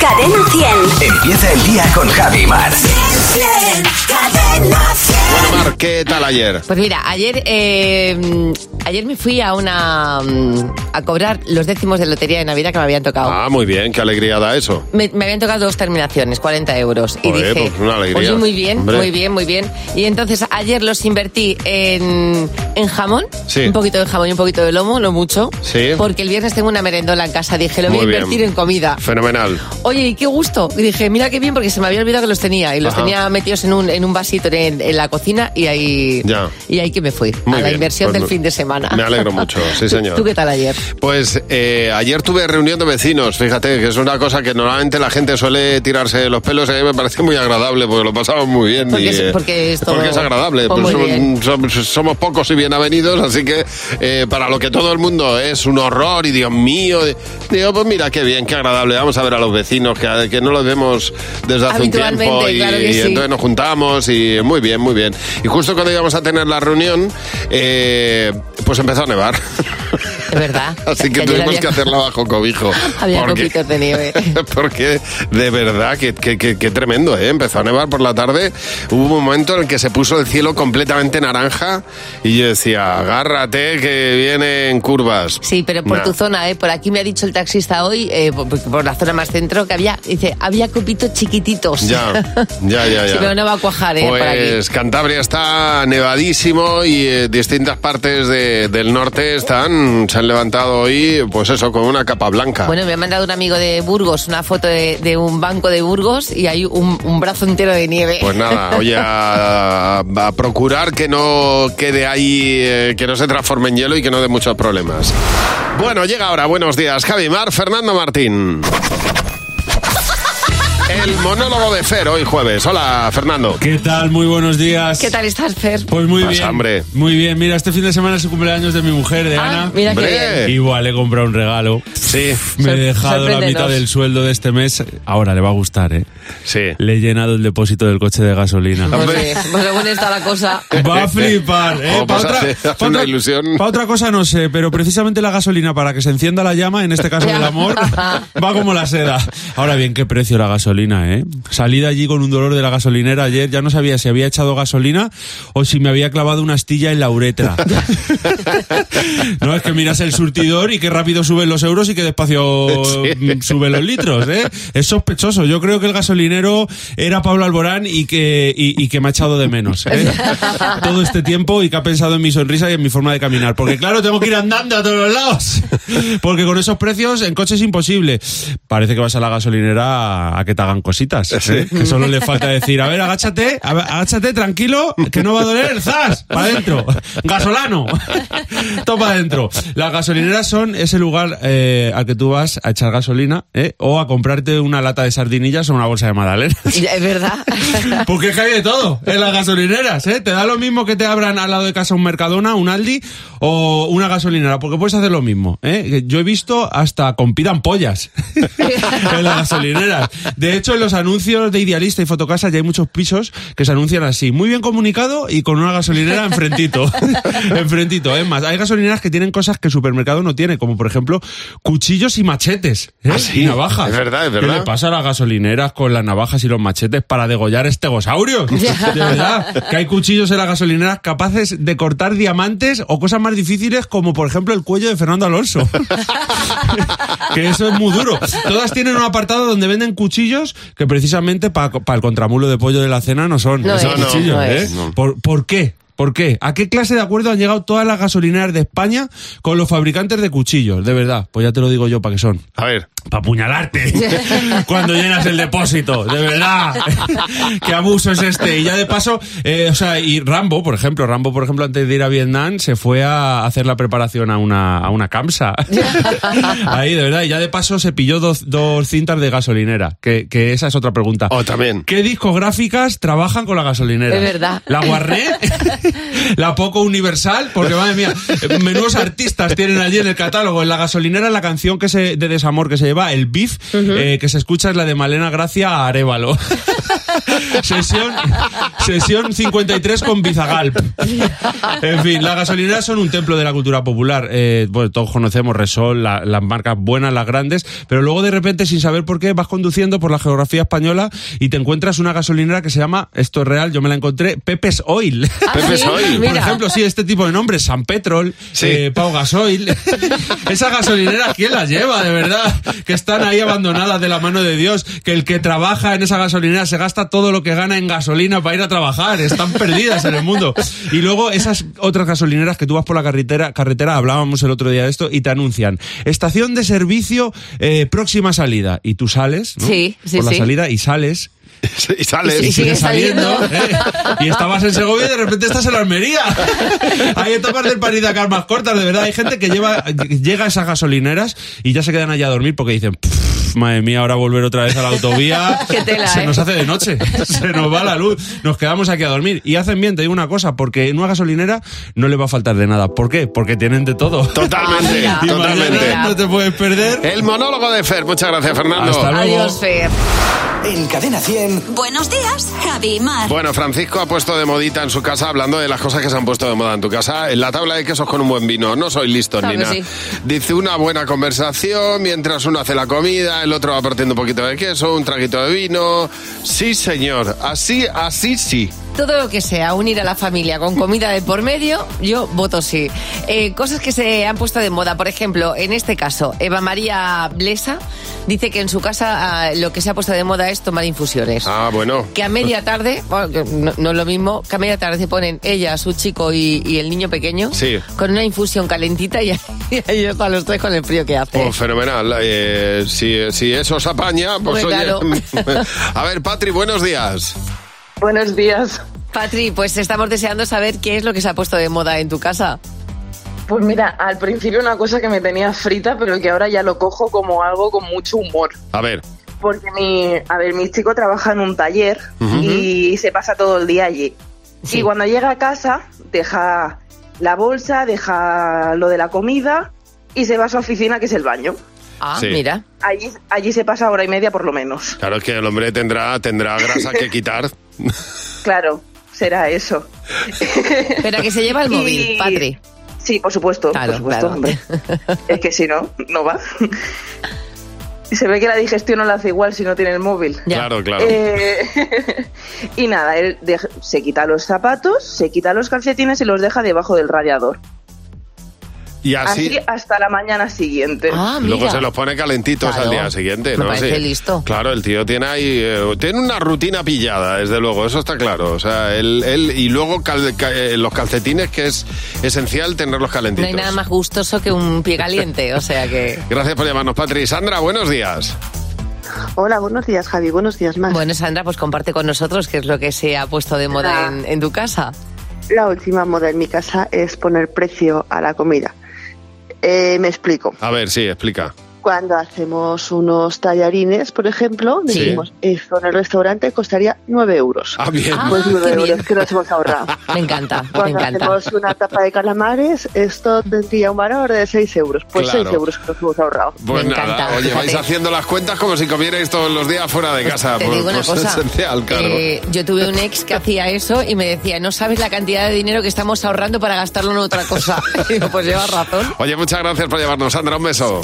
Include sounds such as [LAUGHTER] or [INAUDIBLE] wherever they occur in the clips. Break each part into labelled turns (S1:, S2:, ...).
S1: Cadena 100.
S2: Empieza el día con Javi Mar.
S1: Cadena 100.
S3: Bueno, Mar, ¿qué tal ayer?
S4: Pues mira, ayer, eh, mm, ayer me fui a una mm, a cobrar los décimos de lotería de Navidad que me habían tocado.
S3: Ah, muy bien, qué alegría da eso.
S4: Me, me habían tocado dos terminaciones, 40 euros. Y
S3: Joder,
S4: dije,
S3: pues una alegría,
S4: oye, muy bien,
S3: hombre.
S4: muy bien, muy bien. Y entonces ayer los invertí en, en jamón,
S3: Sí.
S4: un poquito de jamón y un poquito de lomo, no mucho.
S3: Sí.
S4: Porque el viernes tengo una merendola en casa, dije, lo voy
S3: Muy
S4: a
S3: bien.
S4: invertir en comida.
S3: Fenomenal.
S4: Oye, y qué gusto. Y dije, mira qué bien, porque se me había olvidado que los tenía. Y los
S3: Ajá.
S4: tenía metidos en un, en un vasito en, en la cocina y ahí,
S3: Ya.
S4: y ahí que me fui.
S3: Muy
S4: a la
S3: bien,
S4: inversión
S3: pues
S4: del
S3: me-
S4: fin de semana. [LAUGHS]
S3: me alegro mucho, sí, señor.
S4: ¿Tú qué tal ayer?
S3: Pues eh, ayer tuve reunión de vecinos, fíjate, que es una cosa que normalmente la gente suele tirarse los pelos y a mí me parece muy agradable porque lo pasamos muy bien.
S4: Porque
S3: y,
S4: es-
S3: eh,
S4: porque es todo-
S3: porque es agradable.
S4: pues
S3: pues
S4: muy
S3: som-
S4: bien.
S3: som- somos, pocos y bien avenidos, así que eh, para lo que todo el mundo es un horror y Dios mío, eh, digo, pues mira qué bien, qué agradable. Vamos a ver a los vecinos que, que no los vemos desde hace un
S4: Habitualmente,
S3: tiempo y,
S4: claro que
S3: y
S4: sí.
S3: entonces nos juntamos y muy bien, muy bien. Y justo cuando íbamos a tener la reunión, eh, pues empezó a nevar. [LAUGHS]
S4: Es verdad.
S3: Así que
S4: ayer
S3: tuvimos
S4: había-
S3: que hacerla bajo cobijo.
S4: [LAUGHS] Había
S3: Porque-
S4: copitos de nieve.
S3: [LAUGHS] Porque de verdad que, que- que- que tremendo, ¿eh? Empezó a nevar por la tarde. Hubo un momento en el que se puso el cielo completamente naranja y yo decía, agárrate que vienen curvas.
S4: Sí, pero por
S3: Nah.
S4: tu zona, ¿eh? Por aquí me ha dicho el taxista hoy, eh, por, por la zona más centro, que había, dice, había copitos chiquititos. [LAUGHS]
S3: Ya, ya, ya, ya.
S4: Sí, pero no va a cuajar, ¿eh? por aquí.
S3: Pues Cantabria está nevadísimo y eh, distintas partes de- del norte están, se han levantado hoy, pues eso, con una capa blanca.
S4: Bueno, me ha mandado un amigo de Burgos una foto de, de un banco de Burgos y hay un, un brazo entero de nieve. [LAUGHS]
S3: Pues nada, oye, a, a procurar que no quede ahí, eh, que no se transforme en hielo y que no dé muchos problemas. Bueno, llega ahora, buenos días, Javi Mar, Fernando Martín. El monólogo de Fer hoy jueves. Hola, Fernando.
S5: ¿Qué tal? Muy buenos días.
S4: ¿Qué tal estás, Fer?
S5: Pues muy
S3: Más
S5: bien.
S3: hambre.
S5: Muy bien. Mira, este fin de semana es el cumpleaños de mi mujer, de
S4: Ah,
S5: Ana.
S4: mira qué
S3: Hombre.
S4: bien.
S5: Igual he comprado un regalo.
S3: Sí,
S5: Me
S4: Sor-
S5: he dejado la
S4: sorpréndenos.
S5: mitad del sueldo de este mes. Ahora le va a gustar, ¿eh?
S3: sí.
S5: Le he llenado el depósito del coche de gasolina.
S4: Pues,
S3: Hombre.
S4: eh, pues según está la cosa.
S5: [LAUGHS] Va a flipar, ¿eh?
S3: Oh, pues [LAUGHS] hace- hace una ilusión.
S5: Para otra cosa no sé, pero precisamente la gasolina para que se encienda la llama, en este caso
S4: Ya.
S5: del amor, va como la seda. Ahora bien, qué precio la gasolina, ¿eh? Salí de allí con un dolor de la gasolinera ayer, ya no sabía si había echado gasolina o si me había clavado una astilla en
S3: [LAUGHS]
S5: la uretra. no, es que miras el surtidor y qué rápido suben los euros y qué despacio mm, suben los litros, ¿eh? Es sospechoso. Yo creo que el gasolinero era Pablo Alborán y que, y, y que me ha echado de menos,
S6: [LAUGHS]
S5: ¿eh? [LAUGHS]
S3: [LAUGHS]
S5: Todo este tiempo y que ha pensado en mi sonrisa y en mi forma de caminar. Porque claro, tengo que ir andando a todos los lados. Porque con esos precios en coche es imposible. Parece que vas a la gasolinera a que te hagan cositas. ¿eh? Que solo le falta decir, a ver, agáchate, a ver, agáchate, tranquilo, que no va a doler, ¡zas! Para adentro. Gasolano. [LAUGHS] Toma adentro. Las gasolineras son ese lugar eh, al que tú vas a echar gasolina ¿eh? o a comprarte una lata de sardinillas o una bolsa de magdalenas.
S4: Ya, Es verdad.
S5: Porque es que hay de todo en las gasolineras, ¿eh? Te da lo mismo que te abran al lado de casa un Mercadona, un Aldi o una gasolinera, porque puedes hacer lo mismo, ¿eh? Que Yo he visto hasta con pidan pollas [LAUGHS] en las gasolineras. De hecho, en los anuncios de Idealista y Fotocasa ya hay muchos pisos que se anuncian así, muy bien comunicado y con una gasolinera enfrentito. [LAUGHS] enfrentito, es más, hay gasolineras que tienen cosas que el supermercado no tiene, como por ejemplo cuchillos y machetes, ¿eh?
S3: Ah, sí.
S5: y navajas.
S3: Es verdad, es
S5: ¿Qué
S3: verdad.
S5: le pasa? pasar a las gasolineras con las navajas y los machetes para
S4: [LAUGHS]
S5: degollar estegosaurios.
S4: Ya.
S5: De verdad, que hay cuchillos en las gasolineras capaces de cortar diamantes o cosas más difíciles como por ejemplo el cuello de Fernando Alonso. [LAUGHS] que eso es muy duro. Todas tienen un apartado donde venden cuchillos que precisamente para el contramulo de pollo de la cena no son
S4: No
S5: esos
S4: es,
S5: cuchillos,
S4: no
S5: ¿eh?
S4: es.
S3: No.
S5: ¿Por, por qué? ¿Por qué? ¿A qué clase de acuerdo han llegado todas las gasolineras de España con los fabricantes de cuchillos? De verdad, pues ya te lo digo yo para qué son
S3: A ver.
S5: para apuñalarte
S4: [LAUGHS]
S5: cuando llenas el depósito, de verdad. Qué abuso es este. Y ya de paso, eh, o sea, y Rambo, por ejemplo, Rambo, por ejemplo, antes de ir a Vietnam, se fue a hacer la preparación a una, a
S4: [LAUGHS]
S5: una camsa. Ahí, de verdad. Y ya de paso se pilló dos, dos cintas de gasolinera, que, que esa es otra pregunta.
S3: Oh, también.
S5: ¿Qué discográficas trabajan con la gasolinera?
S4: Es verdad.
S5: La Guarné, la Poco Universal, porque madre mía, menudos artistas tienen allí en el catálogo. En la gasolinera la canción que se, de desamor que se lleva, el beef, eh, que se escucha es la de Malena Gracia a Arevalo. [LAUGHS] Sesión, sesión 53 con Bizagalp. En fin, las gasolineras son un templo de la cultura popular. Eh, bueno, todos conocemos Resol, la- las marcas buenas, las grandes, pero luego de repente, sin saber por qué, vas conduciendo por la geografía española y te encuentras una gasolinera que se llama, esto es real, yo me la encontré, Pepe's Oil.
S4: Ah,
S3: Pepe's
S4: sí,
S3: Oil.
S5: Por
S4: mira.
S5: ejemplo, sí, este tipo de nombres, San Petrol,
S3: Sí.
S5: eh, Pau Gasoil. Esas gasolineras, ¿quién las lleva, de verdad? Que están ahí abandonadas de la mano de Dios, que el que trabaja en esa gasolinera se gasta todo lo que gana en gasolina para ir a trabajar, están perdidas en el mundo. Y luego esas otras gasolineras que tú vas por la carretera, carretera hablábamos el otro día de esto, y te anuncian, estación de servicio, eh, próxima salida. Y tú sales, ¿no?
S4: Sí, sí,
S5: Por la
S4: sí.
S5: salida y sales
S3: [LAUGHS] Y sales.
S4: Y sigue saliendo.
S5: ¿eh? Y estabas en Segovia y de repente estás
S4: [LAUGHS]
S5: en Almería. Hay etapas del París Dakar más cortas, de verdad. Hay gente que lleva, llega a esas gasolineras y ya se quedan allá a dormir porque dicen, "Pff, madre mía, ahora volver otra vez a la autovía.
S4: [LAUGHS] Qué tela,
S5: se
S4: ¿eh?
S5: nos hace de noche, [LAUGHS] se nos va la luz, nos quedamos aquí a dormir. Y hacen bien, te digo una cosa, porque en una gasolinera no le va a faltar de nada. ¿Por qué? Porque tienen de todo.
S3: Totalmente,
S4: Ah,
S5: Y
S4: mira.
S3: totalmente.
S5: mañana No te puedes perder.
S3: El monólogo de Fer. Muchas gracias, Fernando.
S5: Hasta luego.
S4: Adiós, Fer.
S2: En Cadena 100.
S1: Buenos días, Javi y Mar.
S3: Bueno, Francisco ha puesto de modita en su casa, hablando de las cosas que se han puesto de moda en tu casa, en la tabla de quesos con un buen vino. No soy listo,
S4: Claro
S3: Nina.
S4: que sí.
S3: Dice una buena conversación, mientras uno hace la comida, el otro va partiendo un poquito de queso, un traguito de vino. Sí, señor. Así, así sí.
S4: Todo lo que sea unir a la familia con comida de por medio, yo voto sí. Eh, cosas que se han puesto de moda, por ejemplo, en este caso, Eva María Blesa dice que en su casa ah, lo que se ha puesto de moda es tomar infusiones.
S3: Ah, bueno.
S4: Que a media tarde, bueno, que no, no es lo mismo, que a media tarde se ponen ella, su chico y, y el niño pequeño
S3: Sí.
S4: con una infusión calentita y, [LAUGHS] y ahí están los tres con el frío que hace.
S3: Pues fenomenal. Eh, si, si eso os apaña,
S4: Pues
S3: pues oye.
S4: claro.
S3: [LAUGHS] A ver, Patri, buenos días.
S7: Buenos días.
S4: Patri, pues estamos deseando saber qué es lo que se ha puesto de moda en tu casa.
S7: Pues mira, al principio una cosa que me tenía frita, pero que ahora ya lo cojo como algo con mucho humor.
S3: A ver.
S7: Porque mi, a ver, mi chico trabaja en un taller y se pasa todo el día allí. Y cuando llega a casa, deja la bolsa, deja lo de la comida y se va a su oficina, que es el baño.
S4: Ah,
S3: Sí.
S4: mira.
S7: Allí, allí se pasa hora y media por lo menos.
S3: Claro es que el hombre tendrá, tendrá grasa que quitar.
S7: Claro, será eso.
S4: Pero a que se lleva
S7: [LAUGHS]
S4: el
S7: Y-
S4: móvil, Patri.
S7: Sí, por supuesto,
S4: Claro,
S7: por supuesto,
S4: claro.
S7: hombre. Es que si no, no va. Se ve que la digestión no la hace igual si no tiene el móvil. [LAUGHS]
S4: Ya.
S3: Claro, claro.
S7: Eh, y nada, él deja- se quita los zapatos, se quita los calcetines y los deja debajo del radiador.
S3: y
S7: Así,
S3: así,
S7: hasta la mañana siguiente.
S4: Ah, mira.
S3: luego se los pone calentitos
S4: Claro.
S3: al día siguiente.
S4: Me
S3: ¿no?
S4: parece listo.
S3: Claro, el tío tiene ahí, eh, tiene una rutina pillada, desde luego, eso está claro. O sea, él, él- y luego cal- ca- eh, los calcetines, que es esencial tenerlos
S4: No
S3: calentitos.
S4: hay nada más gustoso que un pie caliente, o sea que...
S3: Gracias por llamarnos, Patri. Sandra, buenos días.
S8: Hola, buenos días, Javi. Buenos días, más.
S4: Bueno, Sandra, pues comparte con nosotros qué es lo que se ha puesto de moda
S8: Ah.
S4: en, en tu casa.
S8: La última moda en mi casa es poner precio a la comida. Eh, me explico.
S3: A ver, sí, explica.
S8: Cuando hacemos unos tallarines, por ejemplo,
S3: Sí.
S8: decimos, esto en el restaurante costaría 9 euros.
S3: Ah, bien.
S4: Ah.
S8: Pues 9
S4: qué
S8: euros
S4: bien.
S8: que nos hemos ahorrado.
S4: Me encanta, me
S8: Cuando
S4: encanta.
S8: hacemos una tapa de calamares, esto tendría un valor de 6 euros. Pues
S3: Claro.
S8: 6 euros que nos hemos ahorrado.
S3: Pues
S4: Me
S3: nada,
S4: encanta,
S3: oye, vais
S4: fíjate.
S3: haciendo las cuentas como si comierais todos los días fuera de
S4: [LAUGHS]
S3: casa.
S4: Te
S3: pues-
S4: digo una
S3: pues
S4: cosa.
S3: [LAUGHS] esencial, claro.
S4: eh, [LAUGHS] yo tuve un ex que hacía eso y me decía, no sabes la cantidad de dinero que estamos ahorrando para gastarlo en otra
S3: [LAUGHS]
S4: cosa. Y digo, pues llevas razón.
S3: Oye, muchas gracias por llevarnos, Sandra. Un beso.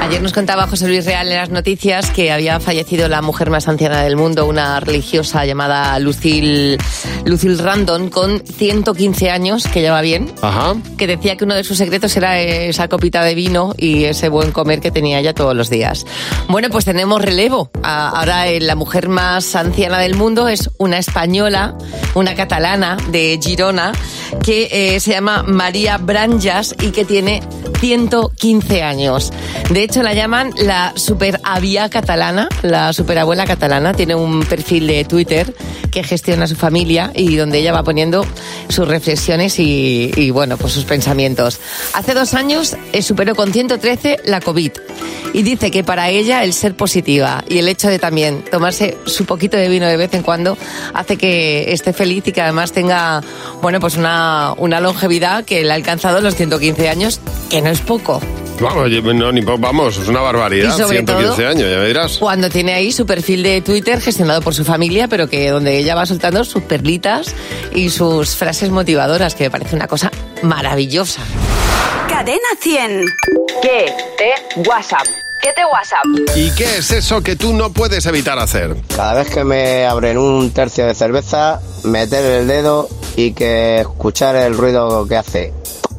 S4: Ayer nos contaba José Luis Real en las noticias que había fallecido la mujer más anciana del mundo, una religiosa llamada Lucille, Lucille Randon, con 115 años, que ya va bien,
S3: Ajá.
S4: que decía que uno de sus secretos era esa copita de vino y ese buen comer que tenía ella todos los días. Bueno, pues tenemos relevo. A- Ahora eh, la mujer más anciana del mundo es una española, una catalana de Girona, que eh, se llama María Branjas y que tiene 115 años. De hecho, la llaman la superavía catalana, la superabuela catalana. Tiene un perfil de Twitter que gestiona su familia y donde ella va poniendo sus reflexiones y, y, bueno, pues sus pensamientos. Hace dos años eh, superó con 113 la COVID y dice que para ella el ser positiva y el hecho de también tomarse su poquito de vino de vez en cuando hace que esté feliz y que además tenga, bueno, pues una, una longevidad que le ha alcanzado los 115 años, que no es poco.
S3: Vamos, yo- no, ni po- vamos, es una barbaridad.
S4: Y sobre
S3: 115
S4: todo-
S3: años, ya verás.
S4: Cuando tiene ahí su perfil de Twitter gestionado por su familia, pero que donde ella va soltando sus perlitas y sus frases motivadoras, que me parece una cosa maravillosa.
S1: Cadena 100. ¿Qué? ¿Te? WhatsApp. ¿Qué te WhatsApp?
S3: ¿Y qué es eso que tú no puedes evitar hacer? [LAUGHS]
S9: Cada vez que me abren un tercio de cerveza, meter el dedo y que escuchar el ruido que hace.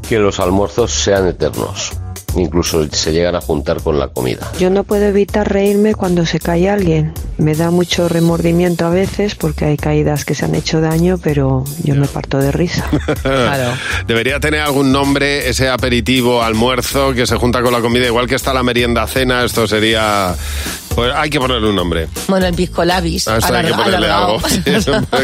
S10: Que los almuerzos sean eternos. Incluso se llegan a juntar con la comida.
S11: Yo no puedo evitar reírme cuando se cae alguien. Me da mucho remordimiento a veces porque hay caídas que se han hecho daño, pero yo me parto de risa.
S3: Debería tener algún nombre ese aperitivo, almuerzo que se junta con la comida, igual que está la merienda cena, esto sería... Pues hay que ponerle un nombre.
S4: Bueno, el pisco labis.
S3: A esto Ah, hay que
S4: alarga-
S3: ponerle
S4: alargado. [LAUGHS]
S3: algo. [LAUGHS] Sí,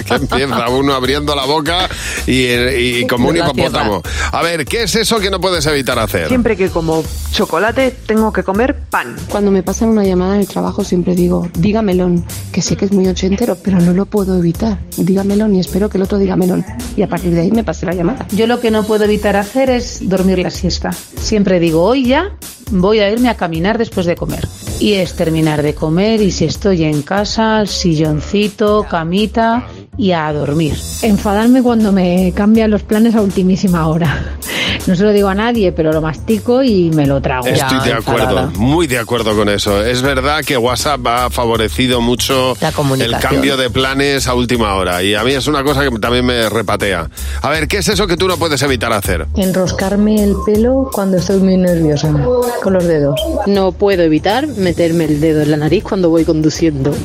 S3: que empieza uno abriendo la boca y, y como un
S11: De la
S3: hipopótamo. A ver, ¿qué es eso que no puedes evitar hacer?
S11: Siempre que como chocolate tengo que comer pan.
S12: Cuando me pasan una llamada en el trabajo siempre digo, dígamelón, que sé que es muy ochentero, pero no lo puedo evitar. Dígamelón y espero que el otro diga melón. Y a partir de ahí me pase la llamada.
S13: Yo lo que no puedo evitar hacer es dormir la siesta. Siempre digo, hoy ya voy a irme a caminar después de comer. Y es terminar de comer y si estoy en casa, al silloncito, camita y a dormir.
S14: Enfadarme cuando me cambian los planes a ultimísima hora. [LAUGHS] No se lo digo a nadie, pero lo mastico y me lo trago.
S3: Estoy de acuerdo, muy de acuerdo con eso. Es verdad que WhatsApp ha favorecido mucho el
S4: comunicación.
S3: cambio de planes a última hora y a mí es una cosa que también me repatea. A ver, ¿qué es eso que tú no puedes evitar hacer?
S15: Enroscarme el pelo cuando estoy muy nerviosa, con los dedos.
S16: No puedo evitar meterme el dedo en la nariz cuando voy conduciendo. [LAUGHS]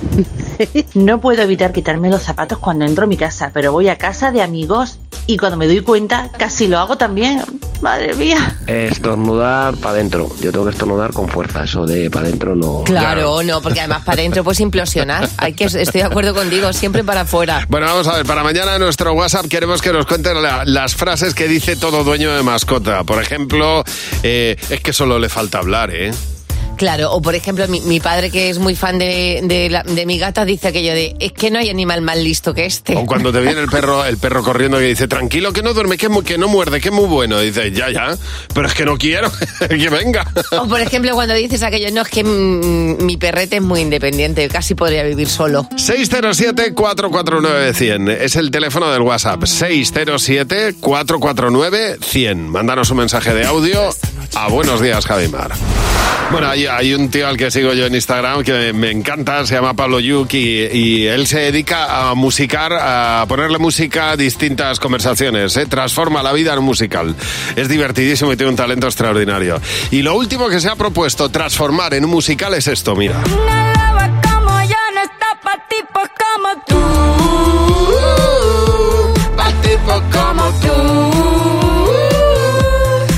S17: No puedo evitar quitarme los zapatos cuando entro a mi casa, pero voy a casa de amigos y cuando me doy cuenta casi lo hago también. Madre mía.
S10: Estornudar para adentro. Yo tengo que estornudar con fuerza. Eso de para adentro no.
S4: Claro, no, porque además para adentro puedes implosionar. Hay que, estoy de acuerdo contigo, siempre para afuera.
S3: Bueno, vamos a ver, para mañana en nuestro WhatsApp queremos que nos cuenten la- las frases que dice todo dueño de mascota. Por ejemplo, eh, es que solo le falta hablar, ¿eh?
S4: Claro, o por ejemplo, mi, mi padre que es muy fan de, de la- de mi gata dice aquello de, es que no hay animal más listo que este.
S3: O cuando te viene el perro, el perro corriendo que dice, tranquilo, que no duerme, que, es muy- que no muerde, que es muy bueno. Y dices, ya, ya, pero es que no quiero [LAUGHS] que venga.
S4: O por ejemplo, cuando dices aquello, no, es que mm, mi perrete es muy independiente, casi podría vivir solo.
S3: 607-449-100 es el teléfono del WhatsApp. 607-449-100. Mándanos un mensaje de audio a Buenos Días, Javimar. Bueno, hay, hay un tío al que sigo yo en Instagram que me, me encanta, se llama Pablo Yuki y él se dedica a musicar, a ponerle música a distintas conversaciones. ¿eh? Transforma la vida en un musical. Es divertidísimo y tiene un talento extraordinario. Y lo último que se ha propuesto transformar en un musical es esto, mira.
S18: como yo no está pa' tipos como tú. Pa' tipos como tú.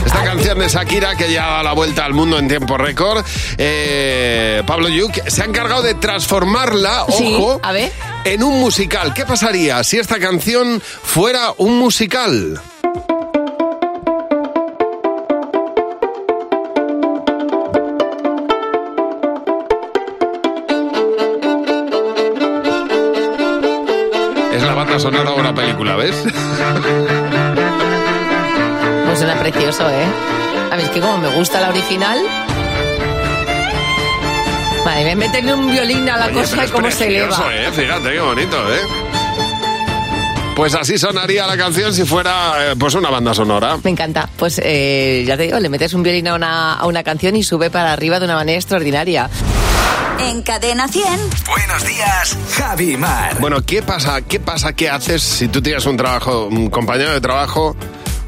S3: Esta canción de Shakira que ya da la vuelta al mundo en tiempo récord. Eh, Pablo Yuk se ha encargado de transformarla,
S4: Sí,
S3: ojo,
S4: a ver.
S3: en un musical. ¿Qué pasaría si esta canción fuera un musical? Es la banda sonora de una película, ¿ves?
S4: Pues suena precioso, ¿eh? A mí es que como me gusta la original... Madre mía, meterle un violín a la
S3: Oye,
S4: cosa
S3: pero
S4: y
S3: es
S4: cómo se eleva.
S3: precioso, ¿eh? Fíjate qué bonito, ¿eh? Pues así sonaría la canción si fuera eh, pues una banda sonora.
S4: Me encanta. Pues eh, ya te digo, le metes un violín a una, a una canción y sube para arriba de una manera extraordinaria.
S1: En Cadena 100.
S2: Buenos días, Javi Mar.
S3: Bueno, ¿qué pasa? ¿Qué pasa? ¿Qué haces si tú tienes un trabajo, un compañero de trabajo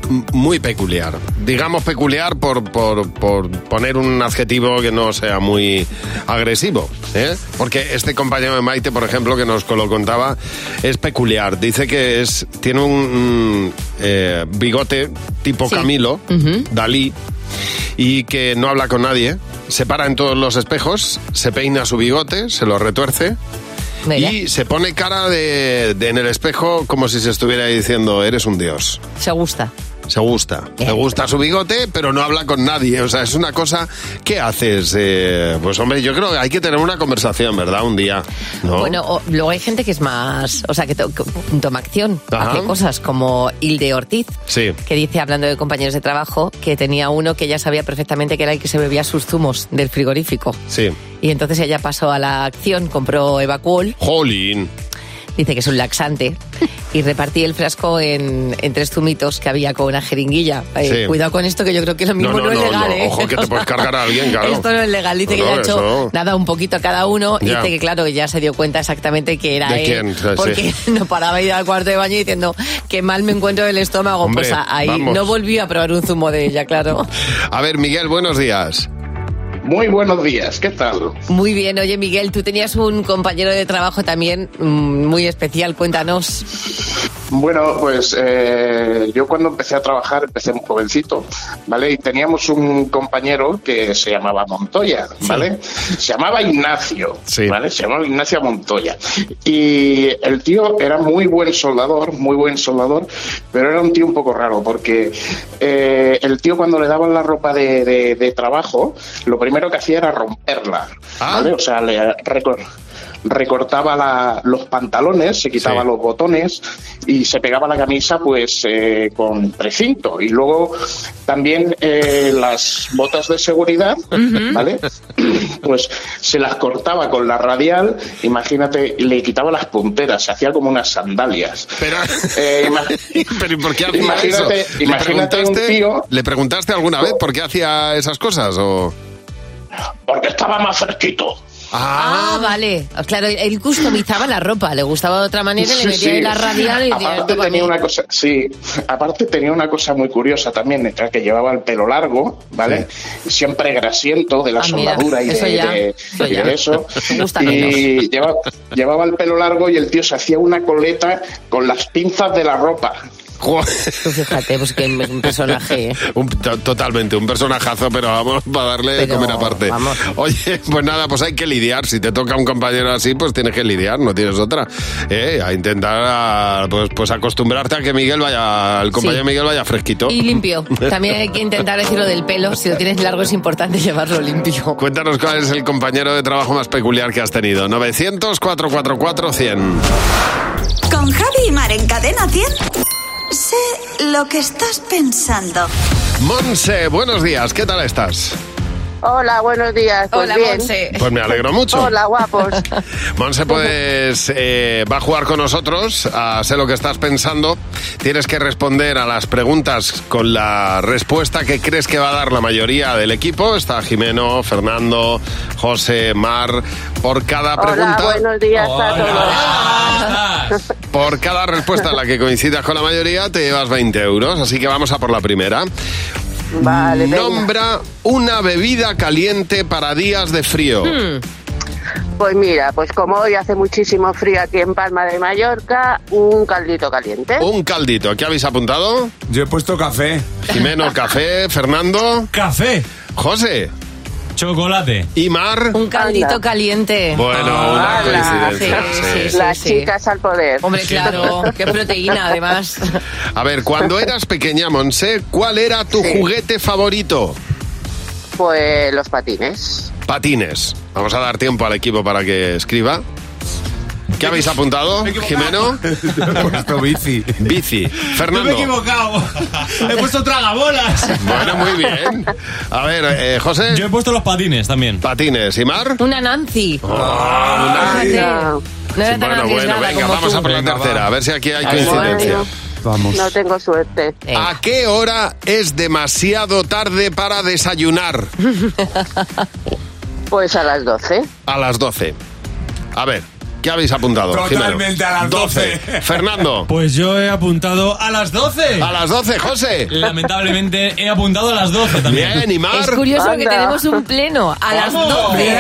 S3: m- muy peculiar? Digamos peculiar por, por, por poner un adjetivo que no sea muy agresivo. ¿eh? Porque este compañero de Maite, por ejemplo, que nos lo contaba, es peculiar. Dice que es tiene un mm, eh, bigote tipo Camilo.
S19: Ujú.
S3: Dalí, y que no habla con nadie. Se para en todos los espejos, se peina su bigote, se lo retuerce y se pone cara de, de- en el espejo como si se estuviera diciendo, eres un dios.
S4: Se gusta.
S3: Se gusta. Le gusta su bigote, pero no habla con nadie. O sea, es una cosa. ¿Qué haces? Eh, pues, hombre, yo creo que hay que tener una conversación, ¿verdad? Un día. ¿no?
S4: Bueno, o- luego hay gente que es más, o sea, que to- que toma acción,
S3: Ajá.
S4: hace cosas, como Hilde Ortiz,
S3: Sí.
S4: que dice, hablando de compañeros de trabajo, que tenía uno que ella sabía perfectamente que era el que se bebía sus zumos del frigorífico.
S3: Sí.
S4: Y entonces ella pasó a la acción, compró Evacuol,
S3: Jolín.
S4: dice que es un laxante, y repartí el frasco en, en tres zumitos que había con una jeringuilla. Eh,
S3: Sí.
S4: Cuidado con esto, que yo creo que lo mismo no,
S3: no,
S4: es
S3: no,
S4: legal,
S3: no.
S4: ¿eh?
S3: Ojo,
S4: [LAUGHS]
S3: que te
S4: O sea,
S3: puedes cargar a alguien, claro.
S4: Esto no es legal. Dice
S3: No,
S4: que ya ha
S3: no,
S4: hecho
S3: eso no.
S4: nada, un poquito a cada uno. Y
S3: Ya.
S4: dice que, claro, que ya se dio cuenta exactamente que era
S3: ¿De
S4: él.
S3: quién? Sí.
S4: Porque [LAUGHS] no paraba de ir al cuarto de baño diciendo que mal me encuentro del estómago.
S3: Hombre,
S4: pues a- ahí
S3: vamos.
S4: no volvió a probar un zumo de ella, claro.
S3: A ver, Miguel, buenos días.
S19: Muy buenos días, ¿qué tal?
S4: Muy bien, oye Miguel, tú tenías un compañero de trabajo también mm, muy especial, cuéntanos.
S19: Bueno, pues eh, yo cuando empecé a trabajar, empecé muy jovencito, ¿vale? Y teníamos un compañero que se llamaba Montoya, ¿vale? Se llamaba Ignacio, ¿vale? Se llamaba Ignacio Montoya. Y el tío era muy buen soldador, muy buen soldador, pero era un tío un poco raro, porque eh, el tío cuando le daban la ropa de, de- de trabajo, lo primero que hacía era romperla, ¿vale? O sea, le recor- recortaba la- los pantalones, se quitaba los botones y se pegaba la camisa pues eh, con precinto. Y luego también eh, las botas de seguridad, ¿vale? Pues se las cortaba con la radial, imagínate, y le quitaba las punteras, se hacía como unas sandalias.
S3: Pero, [LAUGHS] ¿Pero ¿y por qué hacía
S19: Eh, Imagínate-
S3: eso? ¿Le
S19: imagínate un
S3: preguntaste-
S19: tío-
S3: ¿Le preguntaste alguna vez por qué hacía esas cosas? O...
S19: Porque estaba más fresquito.
S4: Ah, vale. Claro, él customizaba la ropa, le gustaba de otra manera, le
S19: Sí,
S4: metía
S19: sí.
S4: en la radial
S3: Ah.
S4: y decía,
S19: aparte tenía una cosa sí aparte tenía una cosa muy curiosa también era que llevaba el pelo largo vale siempre grasiento de la
S6: Ah, mira,
S19: soldadura y de,
S6: eso ya,
S19: de-
S6: eso
S19: y de
S6: ya.
S19: eso
S6: Me gusta
S19: y
S6: menos.
S19: lleva- llevaba el pelo largo y el tío se hacía una coleta con las pinzas de la ropa
S4: Tú fíjate, pues que es un personaje. ¿eh?
S3: [LAUGHS] Un- to- totalmente, un personajazo, pero vamos para darle de
S4: Pero,
S3: comer aparte. Oye, pues nada, pues hay que lidiar. Si te toca un compañero así, pues tienes que lidiar, no tienes otra. Eh, a intentar a, pues, pues acostumbrarte a que Miguel vaya, el compañero
S4: Sí.
S3: Miguel vaya fresquito.
S4: Y limpio. También hay que intentar decirlo del pelo. Si lo tienes largo es importante llevarlo limpio.
S3: [LAUGHS] Cuéntanos cuál es el compañero de trabajo más peculiar que has tenido. 900-444-100.
S1: Con Javi y Mar en Cadena 100. Sé lo que estás pensando.
S3: Monse, buenos días, ¿qué tal estás?
S6: Hola, buenos días. Pues
S1: Hola,
S6: bien.
S1: Monse.
S3: Pues me alegro mucho.
S6: Hola,
S3: [LAUGHS]
S6: guapos.
S3: Monse, pues eh, va a jugar con nosotros, a sé lo que estás pensando. Tienes que responder a las preguntas con la respuesta que crees que va a dar la mayoría del equipo. Está Jimeno, Fernando, José, Mar. Por cada
S6: Hola,
S3: pregunta,
S6: buenos días a todos.
S3: por cada respuesta en la que coincidas con la mayoría, te llevas 20 euros. Así que vamos a por la primera.
S6: Vale, venga.
S3: Nombra una bebida caliente para días de frío.
S20: Mm.
S6: Hmm. Pues mira, pues como hoy hace muchísimo frío aquí en Palma de Mallorca, un caldito caliente.
S3: Un caldito. ¿Qué habéis apuntado? Yo he puesto café. Jimeno, café. Fernando. Café. José. Chocolate. Y Mar.
S4: Un caldito caliente.
S3: Bueno, una
S4: Ala,
S3: coincidencia,
S4: sí,
S3: sí.
S4: Ah, sí, sí,
S6: Las
S4: sí.
S6: chicas al poder.
S4: Hombre, claro, qué proteína además.
S3: A ver, cuando eras pequeña, Monse, ¿cuál era tu
S6: Sí.
S3: juguete favorito?
S6: Pues los patines.
S3: Patines. Vamos a dar tiempo al equipo para que escriba. ¿Qué habéis apuntado, Jimeno?
S5: [LAUGHS]
S3: He puesto bici. Bici.
S5: Me he
S3: Fernando.
S5: equivocado. He puesto tragabolas.
S3: Bueno, muy bien. A ver, eh, José. Yo he puesto los patines también. Patines. ¿Y Mar? Ah,
S4: Una Nancy.
S3: Nancy.
S4: Fíjate, No era tan
S3: Bueno, bueno,
S4: arriesgada
S3: venga,
S4: como
S3: vamos
S4: tú.
S3: a por la tercera, a ver si aquí hay
S6: Ay,
S3: coincidencia. Eh.
S6: bueno. No tengo suerte.
S3: ¿A qué hora es demasiado tarde para desayunar?
S6: Pues a las 12.
S3: A las 12. A ver, ¿qué habéis apuntado? Jimeno?
S5: Totalmente a las 12.
S6: [LAUGHS]
S3: Fernando.
S5: Pues yo he apuntado a las 12.
S3: A las 12, José.
S5: Lamentablemente he apuntado a las 12 también.
S3: Bien, y Mar.
S4: Es curioso que
S6: Anda.
S4: tenemos un pleno a las 12.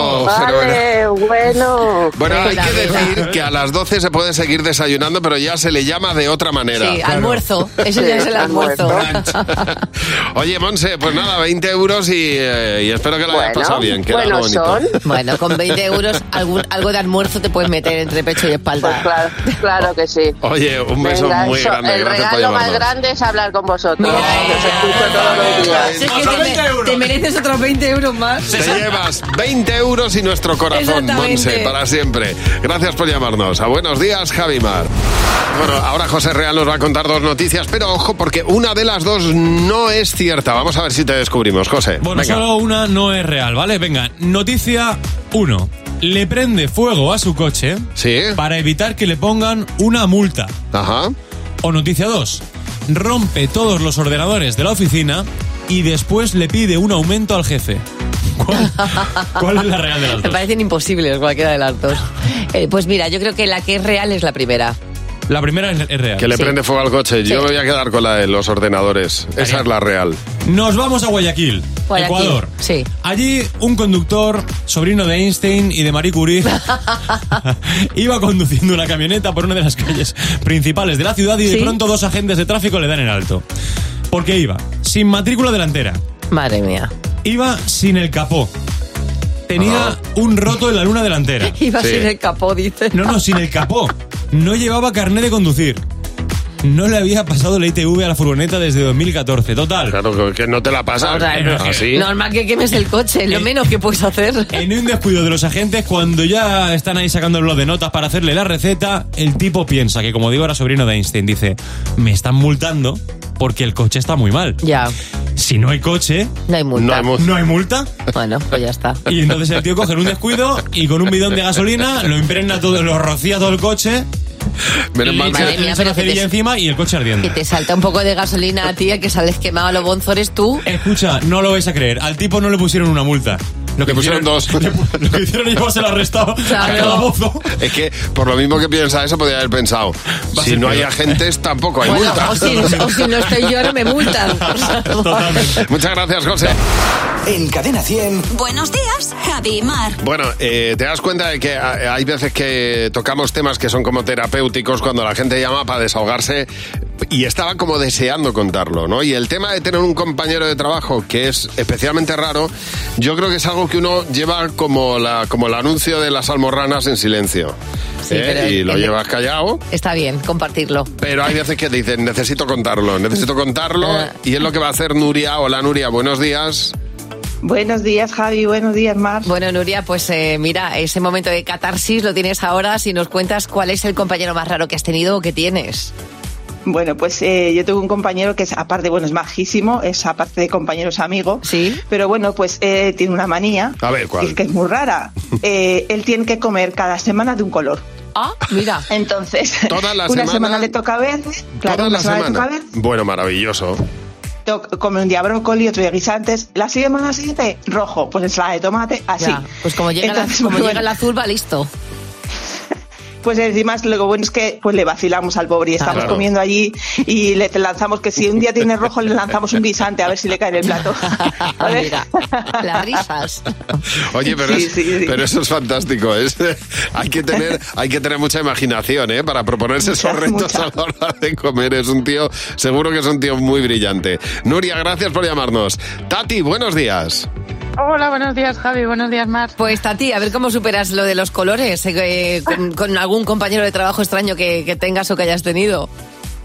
S3: Oh, fenomenal.
S6: Vale, bueno.
S3: Bueno, hay que decir que a las 12 se puede seguir desayunando, pero ya se le llama de otra manera.
S4: Sí, almuerzo. Eso ya es el almuerzo.
S3: Oye, Monse, pues nada, 20 euros y, eh, y espero que la hayas pasado bien. que era lo bonito.
S4: Bueno, con 20 euros algún- algo de de almuerzo te puedes meter entre pecho y espalda.
S21: Pues claro, claro que sí.
S3: [LAUGHS] Oye, un beso
S21: Venga,
S3: muy
S21: eso,
S3: grande.
S21: El
S3: Gracias por
S21: regalo más
S3: llamarnos.
S21: grande es hablar con vosotros. Os escucho todos los días.
S4: Si es que te, te mereces otros 20 euros más.
S3: Te llevas 20 euros y nuestro corazón,
S4: Exactamente.
S3: Monse, para siempre. Gracias por llamarnos. A buenos días, Javimar. Bueno, ahora José Real nos va a contar dos noticias, pero ojo, porque una de las dos no es cierta. Vamos a ver si te descubrimos, José.
S6: Bueno,
S3: Venga.
S6: solo una no es real, ¿vale? Venga, noticia 1. Le prende fuego a su coche para evitar que le pongan una multa.
S3: Ajá.
S6: O noticia 2. Rompe todos los ordenadores de la oficina y después le pide un aumento al jefe.
S3: eh.
S6: [LAUGHS] ¿Cuál es la real de las
S4: Me
S6: dos?
S4: parecen imposibles cualquiera de las dos. Eh, pues mira, yo creo que la que es real es la primera.
S6: La primera es, es real.
S3: Que le prende fuego al coche. Yo
S4: Sí.
S3: me voy a quedar con la de los ordenadores. Esa es la
S6: [LAUGHS]
S3: real.
S6: Nos vamos a Guayaquil,
S4: Guayaquil,
S6: Ecuador. [LAUGHS]
S4: Sí.
S6: Allí un conductor, sobrino de Einstein y de
S3: [LAUGHS]
S6: Marie Curie, [LAUGHS] iba conduciendo una camioneta por una de las calles principales de la ciudad y de pronto dos agentes de tráfico le dan el alto. Porque iba sin matrícula delantera.
S4: Madre mía.
S6: Iba sin el capó. Tenía
S3: Ah.
S6: un roto en la luna delantera.
S4: [LAUGHS] Iba sin el capó, dice.
S6: No, no, sin el capó. No llevaba carnet de conducir. No le había pasado la ITV a la furgoneta desde 2014. Total.
S3: Claro, que no te la Ah, pasas.
S6: Así.
S4: Normal que quemes el coche, lo menos que puedes hacer.
S6: En un descuido de los agentes, cuando ya están ahí sacando el blog de notas para hacerle la receta, el tipo piensa que, como digo, era sobrino de Einstein. Dice, me están multando porque el coche está muy mal.
S4: Ya.
S6: Si no hay coche...
S4: No hay multa.
S6: No hay mu- no hay multa.
S4: Bueno, pues ya está.
S6: Y entonces el tío coge en un descuido y con un bidón de gasolina lo impregna todo, lo rocía todo el coche.
S3: Menos
S6: y
S3: mal
S6: le
S3: que-
S6: echa-
S3: Madre
S6: le
S3: mía,
S6: echa
S3: pero
S6: una
S3: que te-
S6: cerilla encima y el coche ardiendo.
S4: Que te salta un poco de gasolina a ti, el que sales quemado a los bonzores tú.
S6: Eh. Escucha, no lo vais a creer. Al tipo no le pusieron una multa. Lo que pusieron [LAUGHS]
S3: dos.
S6: Lo que hicieron es llevarse el arrestado
S4: Claro.
S6: a calabozo.
S3: Es que por lo mismo que piensa eso, podría haber pensado.
S6: a
S3: Si
S6: ser
S3: no hay
S6: peor.
S3: agentes, tampoco hay
S4: Bueno,
S3: multa.
S4: o si, o si no estoy yo, no me multan.
S6: [LAUGHS]
S3: Muchas gracias, José.
S22: En Cadena 100.
S18: Buenos días, Javi y Mar.
S3: Bueno, eh, te das cuenta de que ha- hay veces que tocamos temas que son como terapéuticos cuando la gente llama para desahogarse y estaba como deseando contarlo, ¿no? Y el tema de tener un compañero de trabajo que es especialmente raro, yo creo que es algo que uno lleva como la como el anuncio de las almorranas en silencio
S4: Sí,
S3: ¿eh?
S4: pero
S3: y
S4: el-
S3: lo
S4: el-
S3: llevas callado.
S4: Está bien, compartirlo.
S3: Pero hay veces que dicen, necesito contarlo, necesito contarlo.
S4: Ah.
S3: Y es lo que va a hacer Nuria. Hola Nuria, buenos días.
S4: Buenos días, Javi. Buenos días, Mar. Bueno, Nuria, pues eh, mira, ese momento de catarsis lo tienes ahora. Si nos cuentas cuál es el compañero más raro que has tenido o que tienes.
S23: Bueno, pues eh, yo tengo un compañero que es, aparte, bueno, es majísimo, es aparte de compañeros amigo.
S4: Sí.
S23: Pero bueno, pues eh, tiene una manía.
S3: A ver, ¿cuál?
S23: y es que es muy
S3: [LAUGHS]
S23: rara. Eh, él tiene que comer cada semana de un color.
S4: Ah, mira.
S23: Entonces,
S3: Todas las
S23: una
S3: semanas-
S23: semana le toca verde, claro,
S3: Toda
S23: una
S3: la
S23: semana, le toca
S3: semana.
S23: verde,
S3: Bueno, maravilloso.
S23: to- come un día brócoli, otro día guisantes, la semana siguiente rojo, pues ensalada de tomate, así.
S4: Ya, pues como llega, la-
S23: Entonces,
S4: como
S23: bueno.
S4: llega el azul, va listo.
S23: Pues encima es- lo bueno es que pues le vacilamos al pobre y estamos
S4: Claro.
S23: comiendo allí y le te lanzamos que si un día tiene rojo le lanzamos un guisante a ver si le cae en el
S4: [LAUGHS]
S23: plato. ¿Vale?
S4: Las risas.
S3: Oye, pero, es- pero eso es fantástico. Es, [LAUGHS] hay, que tener, hay que tener mucha imaginación ¿eh? para proponerse esos retos a la hora de comer. Es un tío, seguro que es un tío muy brillante. Nuria, gracias por llamarnos. Tati, buenos días.
S4: Hola, buenos días, Javi. Buenos días, Mar. Pues, Tati, a ver cómo superas lo de los colores eh, con, con algún compañero de trabajo extraño que, que tengas o que hayas tenido.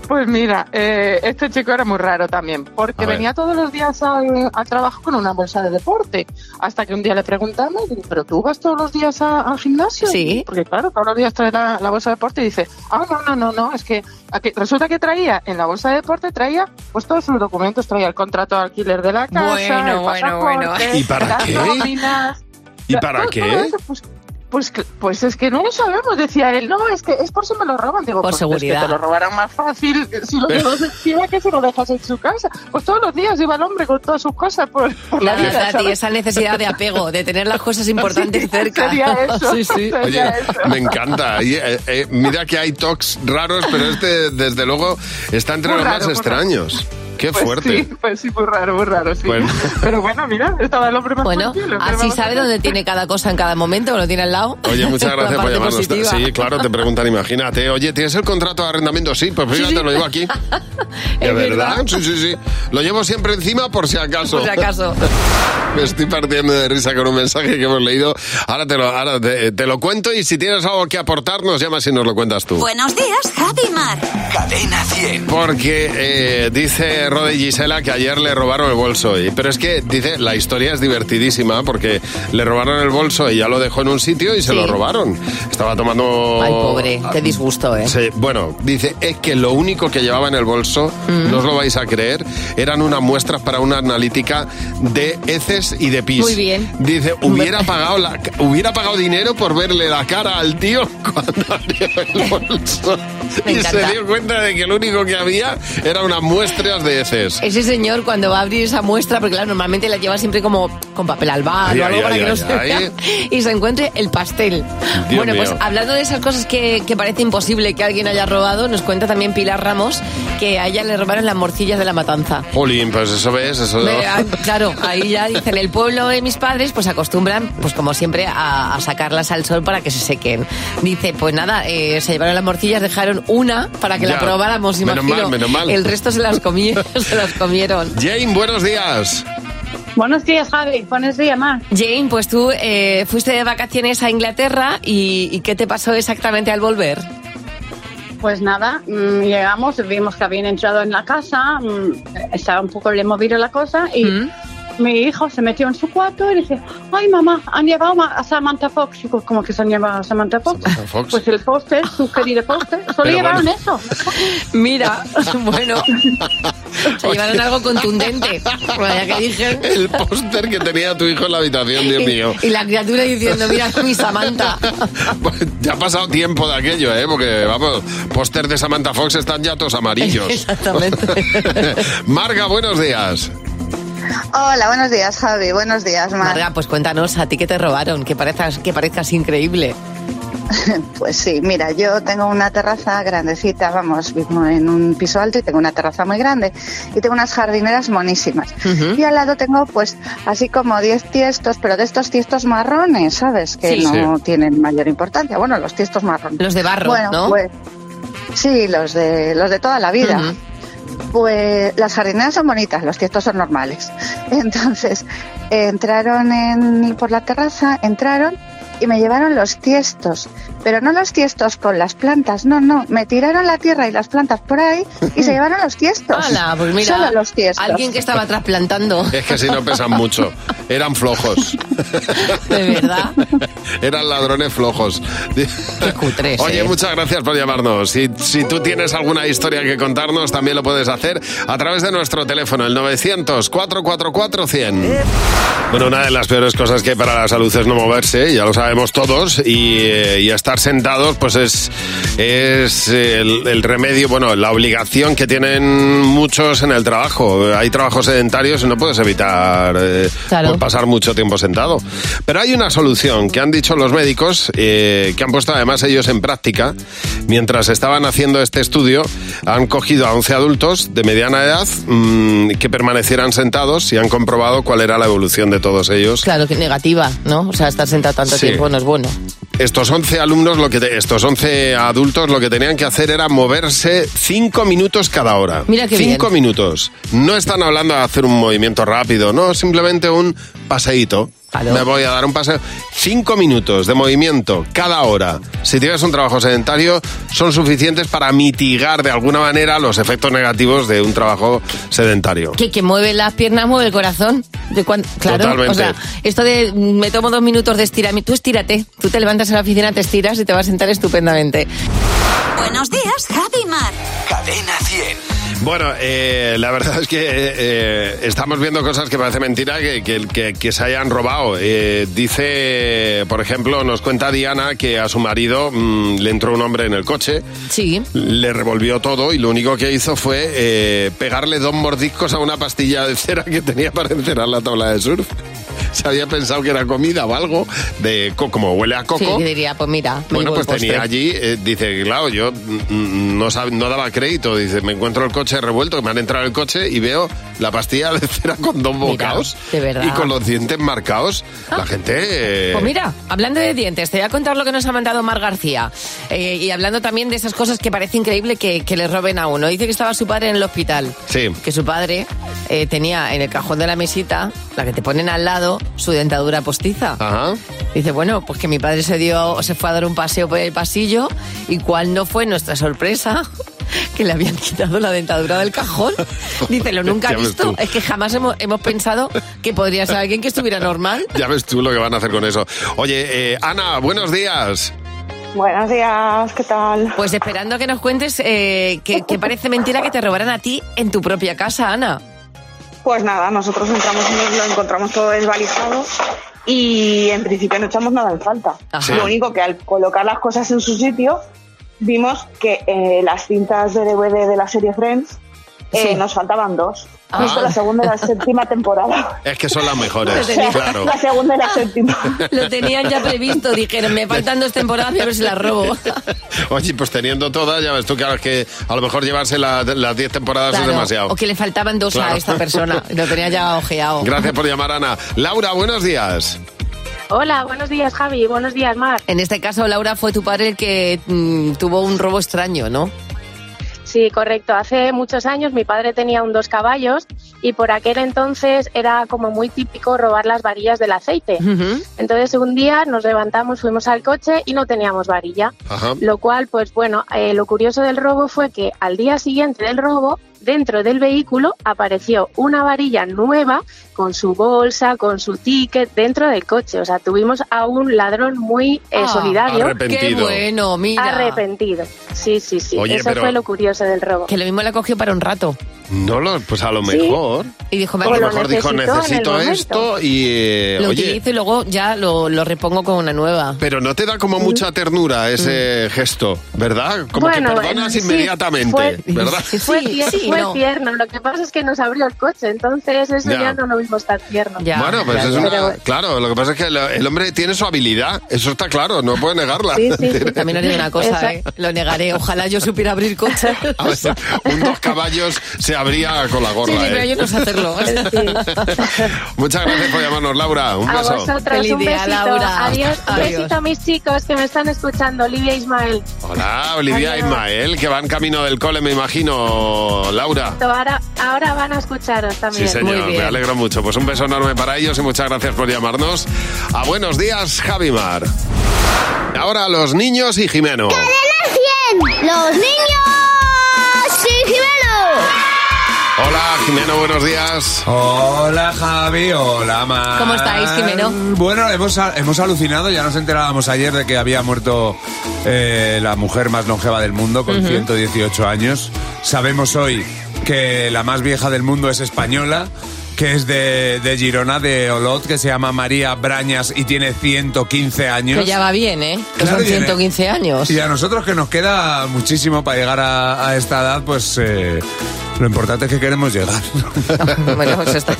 S20: Pues mira, eh, este chico era muy raro también, porque
S3: A ver.
S20: venía todos los días al, al trabajo con una bolsa de deporte, hasta que un día le preguntamos, pero tú vas todos los días a- al gimnasio,
S4: Sí.
S20: porque claro, todos los días trae la, la bolsa de deporte y dice, ah, no, no, no, no, es que aquí- resulta que traía en la bolsa de deporte, traía pues todos sus documentos, traía el contrato de alquiler de la casa,
S4: Bueno,
S20: el
S4: bueno, bueno.
S20: pasaporte,
S4: ¿Y para
S20: las
S4: qué?
S20: nóminas.
S3: ¿Y para
S20: Todo-
S3: qué?
S20: todo eso, pues, pues, cl- pues es que no lo sabemos, decía él. No, es que es por si me lo roban. Digo,
S4: Por
S20: pues es que
S4: seguridad.
S20: te lo robarán más fácil eh, si lo llevas encima que si lo dejas en su casa. Pues todos los días iba el hombre con todas sus cosas por, por la
S4: Claro,
S20: vida.
S4: Tati,
S20: ¿sabes?
S4: esa necesidad de apego, de tener las cosas
S20: [LAUGHS]
S4: importantes
S20: Sí,
S4: cerca.
S20: sería eso,
S4: Sí, sí.
S20: sería
S3: Oye, me encanta. Y, eh, eh, mira que hay talks raros, pero este, desde luego, está entre
S20: Muy
S3: los
S20: raro,
S3: más
S20: muy raro.
S3: extraños. Qué
S24: Pues
S3: fuerte. Pues,
S24: Sí, pues sí, muy raro, muy raro, sí.
S3: Bueno.
S24: Pero bueno, mira, estaba el hombre más
S4: Bueno,
S24: tranquilo, ¿qué
S4: así
S24: vamos a
S4: sabe
S24: hacer?
S4: dónde tiene cada cosa en cada momento, lo tiene al lado.
S3: Oye, muchas
S4: [LAUGHS] La
S3: gracias por
S4: parte
S3: llamarnos.
S4: positiva.
S3: Sí, claro, te preguntan, imagínate. Oye, ¿tienes el contrato de arrendamiento? Sí, pues fíjate, lo llevo
S1: [LAUGHS]
S3: aquí. ¿De verdad? Sí, sí, sí. Lo llevo siempre encima por si acaso.
S4: Por si acaso.
S3: [LAUGHS] Me estoy partiendo de risa con un mensaje que hemos leído. Ahora te lo, ahora te, te lo cuento y si tienes algo que aportar, nos llamas y nos lo cuentas tú.
S1: Buenos días, Javi Mar. Cadena 100.
S3: Porque eh, dice Rode Gisela que ayer le robaron el bolso. Y, pero es que dice, la historia es divertidísima porque le robaron el bolso y ya lo dejó en un sitio y se
S4: Sí.
S3: lo robaron. Estaba tomando. Ah,
S4: Ay, pobre, qué
S3: Mm,
S4: disgusto, ¿eh?
S3: Sí, bueno, dice, es que lo único que llevaba en el bolso,
S4: Mm.
S3: no os lo vais a creer, eran unas muestras para una analítica de heces y de pis.
S4: Muy bien.
S3: Dice, hubiera pagado, la, hubiera pagado dinero por verle la cara al tío [LAUGHS] cuando abrió el bolso.
S4: Me
S3: y
S4: encanta.
S3: se dio cuenta de que lo único que había eran unas muestras de heces.
S4: Ese señor cuando va a abrir esa muestra, porque claro, normalmente la lleva siempre como con papel albal
S3: Ay,
S4: o algo
S3: ay,
S4: para
S3: ay,
S4: que no
S3: ay,
S4: se vea,
S3: ay.
S4: y se encuentre el pastel.
S3: Dios
S4: bueno, pues
S3: mío.
S4: hablando de esas cosas que, que parece imposible que alguien haya robado, nos cuenta también Pilar Ramos que a ella le robaron las morcillas de la matanza.
S3: Jolín, pues eso ves, eso...
S4: Me- ah, claro, ahí ya dicen, el pueblo de mis padres pues acostumbran, pues como siempre, a, a sacarlas al sol para que se sequen. Dice, pues nada, eh, se llevaron las morcillas, dejaron una para que la
S3: Ya.
S4: probáramos,
S3: Menos
S4: imagino.
S3: mal, menos mal.
S4: El resto se las, comi- [LAUGHS] se las comieron.
S3: Jane, buenos días.
S4: Buenos días, Javi. Buenos días, más. Jane, pues tú eh, fuiste de vacaciones a Inglaterra y, y ¿qué te pasó exactamente al volver? [LAUGHS]
S7: Pues nada, mm, llegamos, vimos que habían entrado en la casa, mm, estaba un poco le movido la cosa y
S4: Mm.
S7: mi hijo se metió en su cuarto y dice, ay mamá, han llevado ma- a Samantha Fox. Y digo, ¿cómo que se han llevado a Samantha Fox?
S3: Fox.
S7: Pues el póster, su querido póster, solo
S4: Pero
S7: llevaron
S4: bueno.
S7: eso.
S4: Mira, [LAUGHS] bueno,
S3: [LAUGHS]
S4: se llevaron algo contundente. Vaya que dije.
S3: El póster que tenía tu hijo en la habitación, Dios mío.
S4: [LAUGHS] Y la criatura diciendo, mira, mi Samantha.
S3: Ya ha pasado tiempo de aquello, ¿eh? Porque, vamos, póster de Samantha Fox están ya todos
S4: [LAUGHS]
S3: amarillos.
S4: Exactamente.
S3: [LAUGHS] Marga, buenos días.
S25: Hola, buenos días, Javi. Buenos días, Mar.
S4: Marga, pues cuéntanos, ¿a ti qué te robaron? Que parezcas, que parezcas increíble.
S25: Pues sí, mira, yo tengo una terraza grandecita, vamos, vivo en un piso alto y tengo una terraza muy grande y tengo unas jardineras monísimas. Y al lado tengo pues así como 10 tiestos, pero de estos tiestos marrones, ¿sabes? Que
S4: Sí.
S25: no
S4: Sí.
S25: tienen mayor importancia. Bueno, los tiestos marrones.
S4: Los de barro,
S25: Bueno,
S4: ¿no?
S25: pues, sí, los de, los de toda la vida. Pues las jardineras son bonitas, los tiestos son normales. [LAUGHS] Entonces, entraron en- por la terraza, entraron y me llevaron los tiestos, pero no los tiestos con las plantas, no, no, me tiraron la tierra y las plantas por ahí
S3: [LAUGHS]
S25: y se llevaron los tiestos.
S4: Hala, pues mira,
S25: Solo los tiestos.
S4: alguien que estaba trasplantando.
S3: Es que si no pesan mucho. Eran flojos.
S4: [LAUGHS] De verdad.
S3: [LAUGHS] Eran ladrones flojos.
S6: [LAUGHS]
S3: Oye,
S4: ¿eh?
S3: muchas gracias por llamarnos. Si, si tú tienes alguna historia que contarnos, también lo puedes hacer a través de nuestro teléfono, el 900-444-100. Bueno, una de las peores cosas que hay para la salud es no moverse, ¿eh? ya lo sabemos todos, y, eh, y estar sentados pues es, es el, el remedio, bueno, la obligación que tienen muchos en el trabajo. Hay trabajos sedentarios y no puedes evitar eh, pues, pasar mucho tiempo sentado. Pero hay una solución que han dicho los médicos, eh, que han puesto además ellos en práctica. Mientras estaban haciendo este estudio, han cogido a 11 adultos de mediana edad mm, que permanecieran sentados y han comprobado cuál era la evolución de todos ellos.
S4: Claro que negativa, ¿no? O sea, estar sentado tanto
S3: Sí.
S4: tiempo no es bueno.
S3: Estos 11 alumnos, lo que te- estos 11 adultos lo que tenían que hacer era moverse 5 minutos cada hora.
S4: Mira qué
S3: 5 minutos. No están hablando de hacer un movimiento rápido, no, simplemente un paseíto. Me voy a dar un paseo. 5 minutos de movimiento cada hora. Si tienes un trabajo sedentario, son suficientes para mitigar de alguna manera los efectos negativos de un trabajo sedentario.
S4: Que que mueve las piernas, mueve el corazón. De cuan- claro,
S3: Totalmente.
S4: o sea, esto de mm, me tomo dos minutos de estiramiento, tú estírate, tú te levantas a la oficina, te estiras y te vas a sentar estupendamente.
S1: Buenos días, Javi Mar. Cadena 100.
S3: Bueno, eh, la verdad es que eh, eh, estamos viendo cosas que parece mentira que, que- que- que se hayan robado. Eh, dice, por ejemplo, nos cuenta Diana que a su marido mm, le entró un hombre en el coche,
S4: Sí.
S3: le revolvió todo y lo único que hizo fue eh, pegarle dos mordiscos a una pastilla de cera que tenía para encerar la tabla de surf. se había pensado que era comida o algo de co- como huele a coco.
S4: Sí, diría, pues mira. muy
S3: Bueno,
S4: buen
S3: pues tenía
S4: postre.
S3: allí, eh, dice, claro, yo mm, mm, no, sab- no daba crédito, dice, me encuentro el coche revuelto, que me han entrado el coche y veo la pastilla de cera con dos bocados
S4: de verdad. Ah,
S3: y con los dientes marcados. La gente... eh,
S4: Pues mira, hablando de dientes, te voy a contar lo que nos ha mandado Mar García. Eh, y hablando también de esas cosas que parece increíble que, que le roben a uno. Dice que estaba su padre en el hospital.
S3: Sí.
S4: Que su padre eh, tenía en el cajón de la mesita, la que te ponen al lado, su dentadura postiza. Dice, bueno, pues que mi padre se dio, se fue a dar un paseo por el pasillo y cuál no fue nuestra sorpresa [LAUGHS] que le habían quitado la dentadura del cajón. Dice, lo nunca he
S3: [LAUGHS] Ya ves
S4: visto.
S3: tú.
S4: Es que jamás hemos, hemos pensado que podría ser alguien que estuviera normal.
S3: Ya ves tú lo que van a hacer con eso. Oye, eh, Ana, buenos días.
S4: Buenos días, ¿qué tal? Pues esperando que nos cuentes eh, que, que parece mentira que te robaran a ti en tu propia casa, Ana.
S20: Pues nada, nosotros entramos y nos lo encontramos todo desvalijado y en principio no echamos nada en falta.
S8: Ajá.
S20: Lo único que al colocar las cosas en su sitio, vimos que eh, las cintas de DVD de la serie Friends eh,
S8: Sí.
S20: nos faltaban dos.
S8: Ah.
S20: Justo la segunda y la séptima
S12: [LAUGHS]
S20: temporada.
S3: Es que son las
S20: O
S3: mejores,
S20: sea,
S3: claro.
S20: La segunda y la séptima.
S4: [LAUGHS] Lo tenían ya [LAUGHS] previsto, dijeron, me faltan dos temporadas, voy a ver si las robo.
S3: Oye, pues teniendo todas, ya ves tú, claro, es que a lo mejor llevarse la- las 10 temporadas
S4: Claro,
S3: es demasiado.
S4: O que le faltaban dos
S3: Claro.
S4: a esta persona. Lo tenía ya ojeado.
S3: Gracias por llamar, Ana. Laura, buenos días.
S4: Hola, buenos días, Javi. Buenos días, Mar. En este caso, Laura, fue tu padre el que mm, tuvo un robo extraño, ¿no?
S9: Sí, correcto. Hace muchos años mi padre tenía un dos caballos y por aquel entonces era como muy típico robar las varillas del aceite. Entonces un día nos levantamos, fuimos al coche y no teníamos varilla.
S8: Ajá.
S9: Lo cual, pues bueno, eh, lo curioso del robo fue que al día siguiente del robo, dentro del vehículo apareció una varilla nueva con su bolsa, con su ticket dentro del coche. O sea, tuvimos a un ladrón muy eh,
S4: Ah,
S9: solidario.
S4: Arrepentido. qué bueno, mira.
S9: Arrepentido. Sí, sí, sí.
S3: Ah. Oye,
S9: Eso
S3: pero-
S9: fue lo curioso del robo.
S4: Que lo mismo la cogió para un rato.
S3: No lo, pues a lo mejor.
S4: Y dijo,
S3: A
S4: "Vale,
S3: lo mejor dijo, necesito esto y, eh,
S4: Lo
S3: oye,
S4: utilizo y luego ya lo, lo repongo con una nueva.
S3: pero no te da como mucha
S4: Mm.
S3: ternura ese gesto, ¿verdad? Como
S9: Bueno,
S3: que perdonas
S9: eh, sí,
S3: inmediatamente,
S9: fue-
S3: ¿verdad?
S9: Fue, tier-
S4: [LAUGHS] sí,
S9: fue
S4: no.
S9: tierno, lo que pasa es que nos abrió el coche, entonces eso
S3: Ya.
S9: ya, no lo vimos tan tierno.
S3: bueno, pues es una-
S9: Pero-
S3: Claro, lo que pasa es que el, el hombre tiene su habilidad, eso está claro, no puede negarla.
S9: Sí, sí,
S3: [LAUGHS]
S9: sí.
S4: También os digo una cosa, ¿eh? lo negaré. Ojalá yo supiera abrir
S9: [LAUGHS]
S4: coches.
S3: A ver, un dos caballos se abría con la
S4: Sí,
S3: gorra.
S4: sí, pero
S3: ¿eh?
S4: yo no sé hacerlo.
S3: [LAUGHS] Muchas gracias por llamarnos, Laura. Un
S9: a
S3: beso.
S9: vosotros,
S4: Feliz
S9: un
S4: día,
S9: besito.
S4: Laura.
S9: Adiós. Un
S4: Adiós.
S9: besito a mis chicos que me están escuchando, Olivia e Ismael.
S3: Hola, Olivia
S9: Adiós.
S3: Ismael, que van camino del cole, me imagino, Laura.
S9: Ahora, ahora van a escucharos también.
S3: Sí, señor, me alegro mucho. Pues un beso enorme para ellos y muchas gracias por llamarnos. A buenos días, Javimar. Ahora los niños y Jimeno.
S8: ¡Los niños! ¡Sí,
S3: Hola, Jimeno, buenos días.
S26: Hola Javi, hola Mar.
S4: ¿Cómo estáis, Jimeno?
S26: Bueno, hemos, a- hemos alucinado, ya nos enterábamos ayer de que había muerto eh, la mujer más longeva del mundo con
S27: Ujú.
S26: 118 años. Sabemos hoy que la más vieja del mundo es española, que es de, de Girona, de Olot, que se llama María Brañas y tiene 115 años.
S4: Que ya va bien, ¿eh? Que
S26: Claro,
S4: son
S26: viene.
S4: 115 años.
S26: Y a nosotros que nos queda muchísimo para llegar a, a esta edad, pues eh, lo importante es que queremos llegar.
S4: [LAUGHS] Bueno, pues está-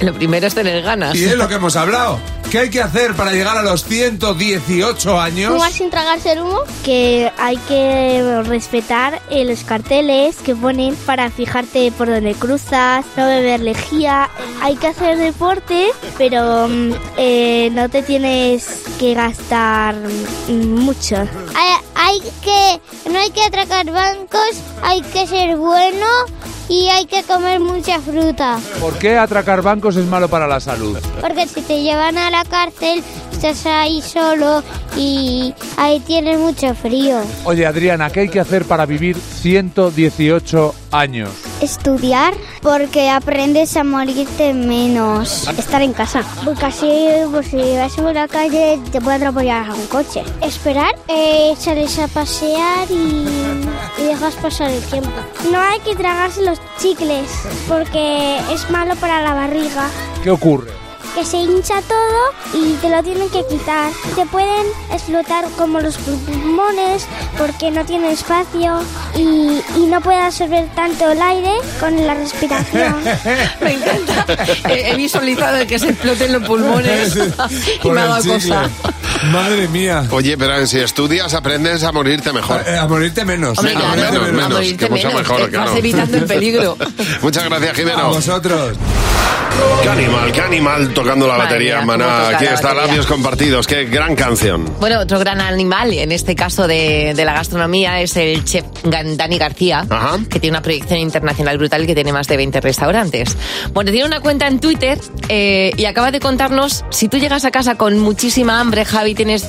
S4: lo primero es tener ganas.
S26: [LAUGHS] Y es lo que hemos hablado. ¿Qué hay que hacer para llegar a los 118 años?
S28: Fumar sin tragarse el humo. Que hay que respetar eh, los carteles que ponen para fijarte por donde cruzas, no beber lejía. Hay que hacer deporte, pero mm, eh, no te tienes que gastar mm, mucho.
S29: Hay, hay que, no hay que atracar bancos, hay que ser bueno y hay que comer mucha fruta.
S26: ¿Por qué atracar bancos es malo para la salud?
S29: Porque si te llevan a la cárcel, estás ahí solo y ahí tienes mucho frío.
S26: Oye, Adriana, ¿qué hay que hacer para vivir 118 años?
S29: Estudiar porque aprendes a morirte menos. Estar en casa. Porque así, pues, si vas por la calle, te puede atropellar un coche. Esperar, eh, sales a pasear y, y dejas pasar el tiempo. No hay que tragarse los chicles porque es malo para la barriga.
S26: ¿Qué ocurre?
S29: que se hincha todo y te lo tienen que quitar. Te pueden explotar como los pulmones porque no tiene espacio y, y no puede absorber tanto el aire con la respiración.
S4: [LAUGHS] Me encanta. He, he visualizado el que se exploten los pulmones y
S26: Por
S4: me ha
S26: el
S4: dado
S26: chicle.
S4: cosa.
S26: Madre mía. Eh,
S3: Oye, pero si estudias, aprendes a morirte mejor.
S26: A, morirte menos.
S4: Hombre, claro,
S3: menos,
S4: a
S3: menos,
S4: morirte
S3: que mucho
S4: menos,
S3: mejor,
S4: que vas
S3: claro.
S4: evitando el peligro.
S3: Muchas gracias, Jimeno.
S26: A vosotros.
S3: Qué animal, qué animal tocando la
S4: Madre
S3: batería,
S4: mía,
S3: hermana.
S4: cómo toca
S3: Aquí
S4: la
S3: está,
S4: batería.
S3: labios compartidos. Qué gran canción.
S4: Bueno, otro gran animal, en este caso de, de la gastronomía, es el chef Gan- Dani García, que tiene una proyección internacional brutal y que tiene más de 20 restaurantes. Bueno, tiene una cuenta en Twitter eh, y acaba de contarnos, si tú llegas a casa con muchísima hambre, Javi, tienes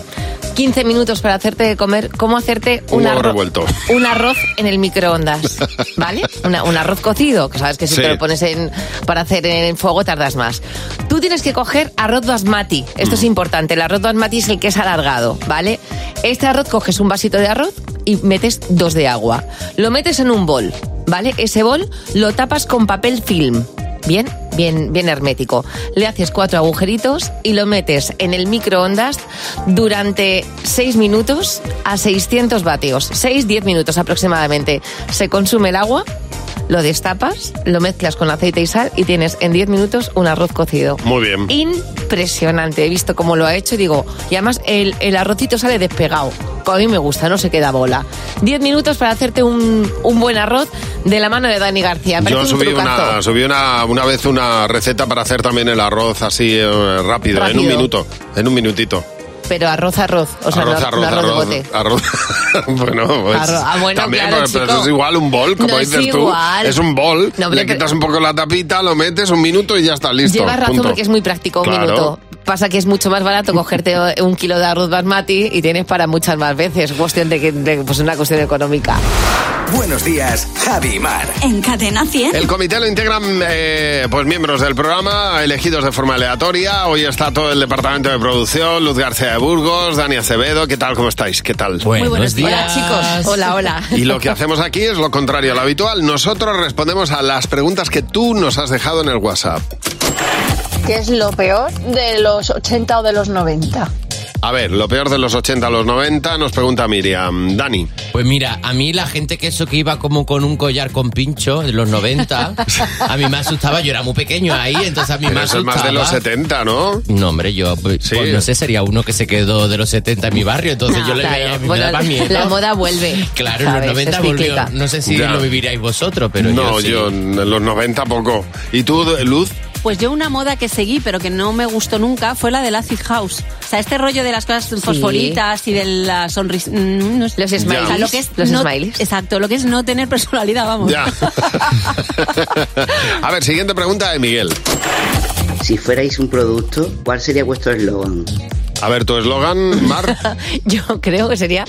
S4: 15 minutos para hacerte de comer, cómo hacerte
S3: Un
S4: un
S3: huevo
S4: arroz,
S3: revuelto.
S4: un arroz en el
S3: [LAUGHS]
S4: microondas, ¿vale? Una- un arroz cocido, que sabes que si
S3: Sí.
S4: te lo pones en- para hacer en fuego tardas más. Tú tienes que coger arroz basmati, esto es importante, el arroz basmati es el que es alargado, ¿vale? Este arroz coges un vasito de arroz y metes dos de agua, lo metes en un bol, ¿vale? Ese bol lo tapas con papel film. Bien, bien, bien hermético. Le haces cuatro agujeritos y lo metes en el microondas durante 6 minutos a 600 vatios. 6-10 minutos aproximadamente. Se consume el agua, lo destapas, lo mezclas con aceite y sal y tienes en 10 minutos un arroz cocido.
S3: Muy bien.
S4: Impresionante. He visto cómo lo ha hecho y digo, y además el, el arrocito sale despegado. Como a mí me gusta, no se queda bola. 10 minutos para hacerte un, un buen arroz de la mano de Dani García. Parece
S3: Yo
S4: un
S3: subí,
S4: trucazo.
S3: una, subí una, una vez una receta para hacer también el arroz así eh, rápido, en un
S4: Rápido.
S3: minuto, en un minutito.
S4: Pero arroz, arroz. O sea,
S3: arroz,
S4: no,
S3: arroz,
S4: no arroz,
S3: arroz,
S4: de bote.
S3: arroz. [LAUGHS] bueno, pues,
S4: Arroz- ah, bueno,
S3: también, pues,
S4: claro,
S3: pero, pero
S4: chico.
S3: eso es igual un bol, como
S4: No es
S3: dices
S4: igual.
S3: tú. Es un bol,
S4: No,
S3: le
S4: pero-
S3: quitas un poco la tapita, lo metes un minuto y ya está listo.
S4: Llevas razón
S3: punto.
S4: porque es muy práctico un
S3: Claro.
S4: minuto. Pasa que es mucho más
S3: [LAUGHS]
S4: barato cogerte un kilo de arroz basmati y tienes para muchas más veces. Cuestión de que de- pues una cuestión económica.
S2: Buenos días, Javi y Mar.
S1: En Cadena 100.
S3: El comité lo integran eh, pues miembros del programa, elegidos de forma aleatoria. Hoy está todo el departamento de producción, Luz García de Burgos, Dani Acevedo. ¿Qué tal? ¿Cómo estáis? ¿Qué tal?
S4: Muy buenos días. Hola, chicos.
S12: [LAUGHS]
S4: Hola, hola.
S3: Y lo que hacemos aquí es lo contrario a lo habitual. Nosotros respondemos a las preguntas que tú nos has dejado en el WhatsApp.
S16: ¿Qué es lo peor de los 80 o de los 90?
S3: A ver, lo peor de los 80 a los 90 nos pregunta Miriam. Dani.
S11: Pues mira, a mí la gente que eso que iba como con un collar con pincho de los 90, a mí me asustaba, yo era muy pequeño ahí, entonces a mí me
S3: Pero eso es
S11: asustaba.
S3: más de los 70, ¿no?
S11: No, hombre, yo pues, pues, no sé, sería uno que se quedó de los 70 en mi barrio, entonces
S4: No,
S11: yo le
S4: Ah, claro.
S11: veía, Eh, a mí me
S4: Bueno,
S11: daba
S4: la-
S11: miedo.
S4: La moda vuelve.
S11: Claro, en los
S4: ¿sabes?
S11: 90
S4: Es
S11: volvió.
S4: cíclica.
S11: No sé si
S3: Ya.
S11: lo viviríais vosotros, pero
S3: no,
S11: yo sí.
S3: yo en los 90 poco. ¿Y tú, Luz?
S12: Pues yo una moda que seguí pero que no me gustó nunca fue la del acid house. O sea, este rollo de las cosas fosfolitas y de la sonrisa... mm, Los
S4: smileys,
S12: lo que es
S4: los
S12: no-
S4: smileys.
S12: Exacto, lo que es no tener personalidad, vamos. [LAUGHS]
S3: Ya. [LAUGHS] a ver, siguiente pregunta de Miguel.
S13: Si fuerais un producto, ¿cuál sería vuestro eslogan?
S3: A ver, tu eslogan, Mar.
S4: Yo creo que sería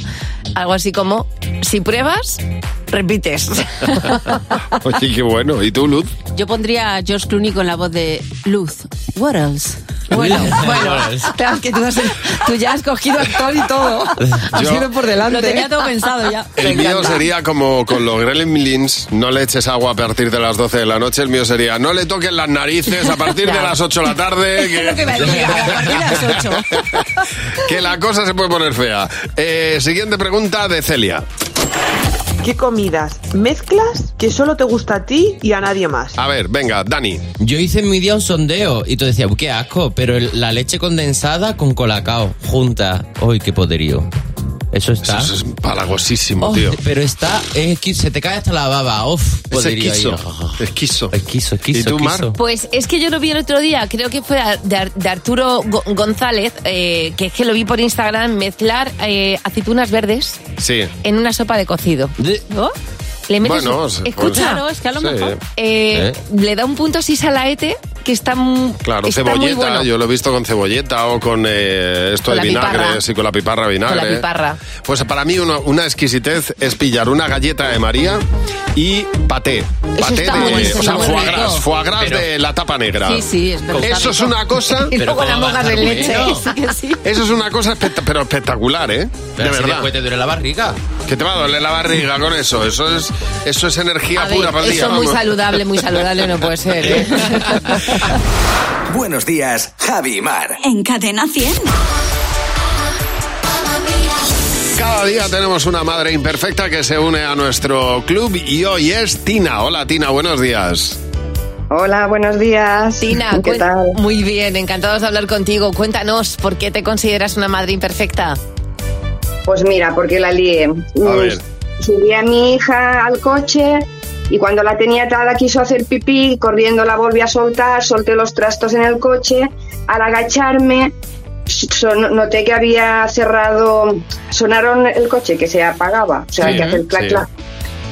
S4: algo así como, si pruebas,
S11: [LAUGHS]
S12: [LAUGHS]
S4: repites.
S3: Oye, qué bueno. ¿Y tú, Luz?
S12: Yo pondría a George Clooney con la voz de Luz. What else?
S4: Bueno, bueno,
S12: [LAUGHS]
S4: claro que tú, has- tú ya has cogido actor y todo. Has
S3: Yo-
S4: ido por delante.
S12: Lo tenía todo pensado ya.
S3: [LAUGHS] El mío sería como con los gremlins, no le eches agua a partir de las 12 de la noche. El mío sería, no le toques las narices a partir de
S12: Ya.
S3: las 8 de la tarde.
S12: Es lo que me decía, a partir de las 8.
S3: [LAUGHS] que la cosa se puede poner fea. Eh, siguiente pregunta de Celia.
S14: ¿Qué comidas mezclas que solo te gusta a ti y a nadie más?
S3: A ver, venga, Dani.
S11: Yo hice en mi día un sondeo y tú decías, "Uy, qué asco, pero el- la leche condensada con colacao junta. ¡Uy, qué poderío! Eso está.
S3: Eso es palagosísimo,
S11: Oh,
S3: tío.
S11: Pero está, es que se te cae hasta la baba. Uf,
S3: Es
S11: poderío.
S3: esquizo, esquizo.
S11: Esquizo, esquizo.
S3: ¿Y tú, Mar?
S11: esquizo.
S4: Pues es que yo lo vi el otro día, creo que fue de, Ar- de Arturo Go- González, eh, que es que lo vi por Instagram, mezclar eh, aceitunas verdes
S3: Sí.
S4: en una sopa de cocido. ¿No? Le metes
S3: Bueno,
S4: un-
S3: se-
S4: escucha,
S3: pues-
S12: Ah,
S3: Claro, es que a lo sí. mejor.
S4: eh, le da un punto así salaete que está, mu-
S3: Claro,
S4: está muy
S3: cebolleta,
S4: bueno.
S3: yo lo he visto con cebolleta o con eh, esto
S4: Con
S3: de
S4: la
S3: vinagre,
S4: piparra.
S3: sí, con la piparra de vinagre.
S4: Con la piparra.
S3: Pues para mí uno- una exquisitez es pillar una galleta de María y paté.
S12: Eso
S3: Paté
S12: está
S3: de,
S12: bueno, eso
S3: o
S12: está
S3: sea,
S12: muy
S3: foie
S12: rico.
S3: gras, foie gras
S12: Pero-
S3: de la tapa negra.
S12: Sí, sí, es verdad.
S3: [LAUGHS] Eso es una cosa...
S12: [LAUGHS] Y luego la mojas en leche. Sí, que [LAUGHS] sí.
S3: Eso es una cosa espect- pero espectacular, ¿eh?
S11: Pero
S3: de
S11: si
S3: verdad.
S11: después te duele la barriga.
S3: Que te va a doler la barriga con eso. Eso es, eso es energía
S4: A ver,
S3: pura para el día.
S4: eso muy
S3: vamos. [LAUGHS]
S4: saludable, muy saludable no puede ser. ¿eh?
S2: Buenos días, Javi y Mar.
S1: [LAUGHS] En Cadena 100.
S3: Cada día tenemos una madre imperfecta que se une a nuestro club y hoy es Tina. Hola Tina, buenos días.
S4: Hola, buenos días. Tina, ¿qué tal? Muy bien, encantados de hablar contigo. Cuéntanos, ¿por qué te consideras una madre imperfecta?
S10: Pues mira, porque la lié. Mm,
S3: ver.
S10: Subí a mi hija al coche y cuando la tenía atada quiso hacer pipí, corriendo la volví a soltar, solté los trastos en el coche. Al agacharme, son- noté que había cerrado, sonaron el coche que se apagaba, o sea,
S15: Sí,
S10: hay que hacer clac,
S15: sí.
S10: clac.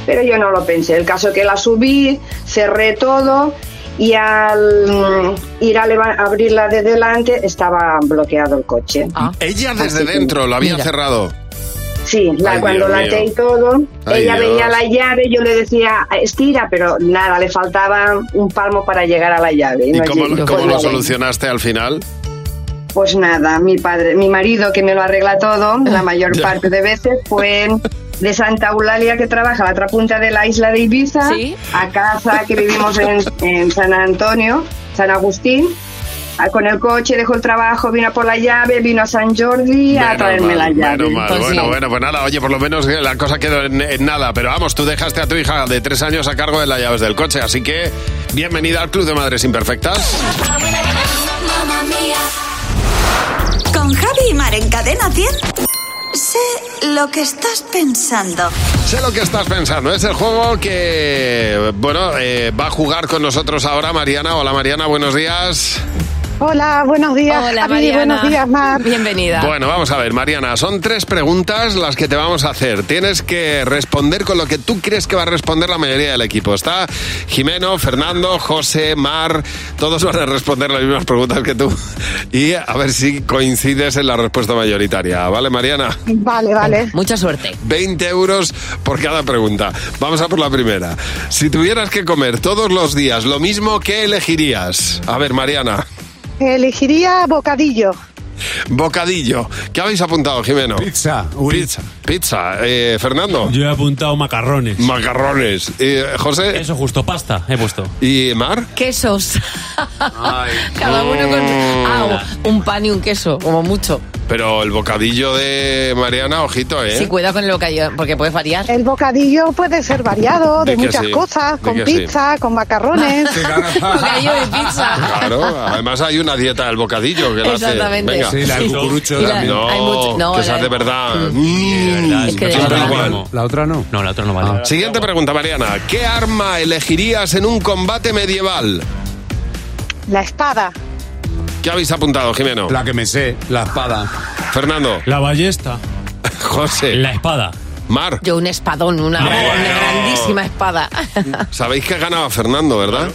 S10: Pero yo no lo pensé. El caso que la subí, cerré todo y al mm, ir a leva- abrirla de delante estaba bloqueado el coche.
S3: Ella desde
S10: Así que-
S3: dentro lo había
S10: Ah, Mira.
S3: cerrado.
S10: Sí, la-
S3: Ay,
S10: cuando
S3: Dios
S10: la
S3: mío.
S10: até y todo,
S3: Ay,
S10: ella
S3: Dios.
S10: veía la llave, yo le decía, estira, pero nada, le faltaba un palmo para llegar a la llave.
S3: ¿Y
S10: no
S3: cómo,
S10: llegó.
S3: cómo
S10: Pues
S3: lo
S10: nada,
S3: solucionaste al final?
S10: Pues nada, mi padre, mi marido que me lo arregla
S3: [LAUGHS]
S10: todo, la mayor
S3: Ya.
S10: parte de veces, fue de Santa Eulalia que trabaja a la otra punta de la isla de Ibiza, a casa que vivimos en, en San Antonio, San Agustín. Ah, Con el coche dejó el trabajo, vino a por la llave, vino a San Jordi a traerme la llave.
S3: Menos mal.
S10: Pues
S3: bueno,
S10: sí.
S3: bueno, pues nada, oye, por lo menos la cosa quedó en, en nada. Pero vamos, tú dejaste a tu hija de tres años a cargo de las llaves del coche, así que bienvenida al Club de Madres Imperfectas.
S1: Con Javi y Mar en Cadena 100. Sé lo que estás pensando.
S3: Sé lo que estás pensando, es el juego que, bueno, eh, va a jugar con nosotros ahora Mariana. Hola Mariana, buenos días.
S4: Hola, buenos días. Hola,
S10: Javi,
S4: Mariana.
S10: buenos días,
S4: Mar.
S20: Ah.
S4: Bienvenida.
S3: Bueno, vamos a ver, Mariana, son tres preguntas las que te vamos a hacer. Tienes que responder con lo que tú crees que va a responder la mayoría del equipo. Está Jimeno, Fernando, José, Mar, todos van a responder las mismas preguntas que tú. Y a ver si coincides en la respuesta mayoritaria, ¿vale, Mariana?
S4: Vale, vale. Mucha suerte.
S3: 20 euros por cada pregunta. Vamos a por la primera. Si tuvieras que comer todos los días lo mismo, ¿qué elegirías? A ver, Mariana,
S14: Elegiría bocadillo.
S3: bocadillo. ¿Qué habéis apuntado, Jimeno? Pizza. Pizza. Pizza. Eh, Fernando.
S5: Yo he apuntado macarrones.
S3: Macarrones. Eh, José.
S5: Eso justo, pasta he puesto.
S3: ¿Y Mar?
S4: Quesos. [LAUGHS] Cada uno con ah, un pan y un queso, como mucho.
S3: Pero el bocadillo de Mariana, ojito, ¿eh?
S4: Sí, cuidado con el bocadillo, porque puedes variar.
S14: El bocadillo puede ser variado
S3: De
S14: de,
S3: que
S14: muchas
S3: sí,
S14: cosas,
S3: de
S14: con
S3: que sí.
S14: pizza, con macarrones.
S3: [LAUGHS]
S4: bocadillo de pizza.
S3: Claro, además hay una dieta del bocadillo que la hace.
S4: Exactamente.
S3: Venga.
S4: Sí, la del cucurucho Y la- también. hay
S3: No,
S4: mucho- no,
S3: que esa
S4: la-
S3: es de verdad. Mm.
S5: es que de
S3: Siempre
S5: verdad.
S3: igual. Ah,
S5: La otra no. No, la otra no vale.
S3: Siguiente pregunta, Mariana. ¿Qué arma elegirías en un combate medieval?
S14: La espada.
S3: ¿Qué habéis apuntado, Jimeno? La que me sé, la espada. Fernando.
S5: La ballesta.
S3: José.
S5: La espada.
S3: Mar.
S4: Yo un espadón, una, una grandísima espada.
S3: Sabéis que ganaba Fernando, ¿verdad?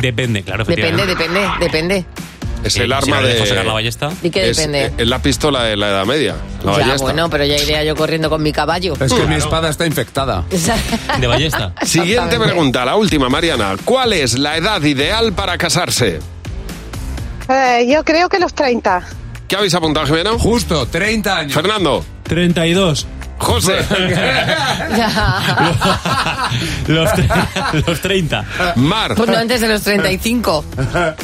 S5: depende, claro.
S4: depende, depende, depende.
S3: Es
S5: Eh,
S3: el
S5: si
S3: arma
S5: no le
S3: de.
S5: dejo sacar la ballesta.
S4: ¿Y qué
S3: es,
S4: depende?
S3: eh, Es la pistola de la Edad Media. La
S4: ya,
S3: ballesta.
S4: bueno, pero ya iría yo corriendo con mi caballo. [LAUGHS]
S3: espada está infectada.
S4: espada.
S3: Siguiente pregunta, la última, Mariana. ¿Cuál es la edad ideal para casarse?
S14: Eh, yo creo que los 30.
S3: ¿Qué habéis apuntado, Jimeno? Justo, 30 años. Fernando.
S5: 32.
S3: José.
S5: los, tre- los 30.
S3: Mar.
S4: Pues no antes de los 35.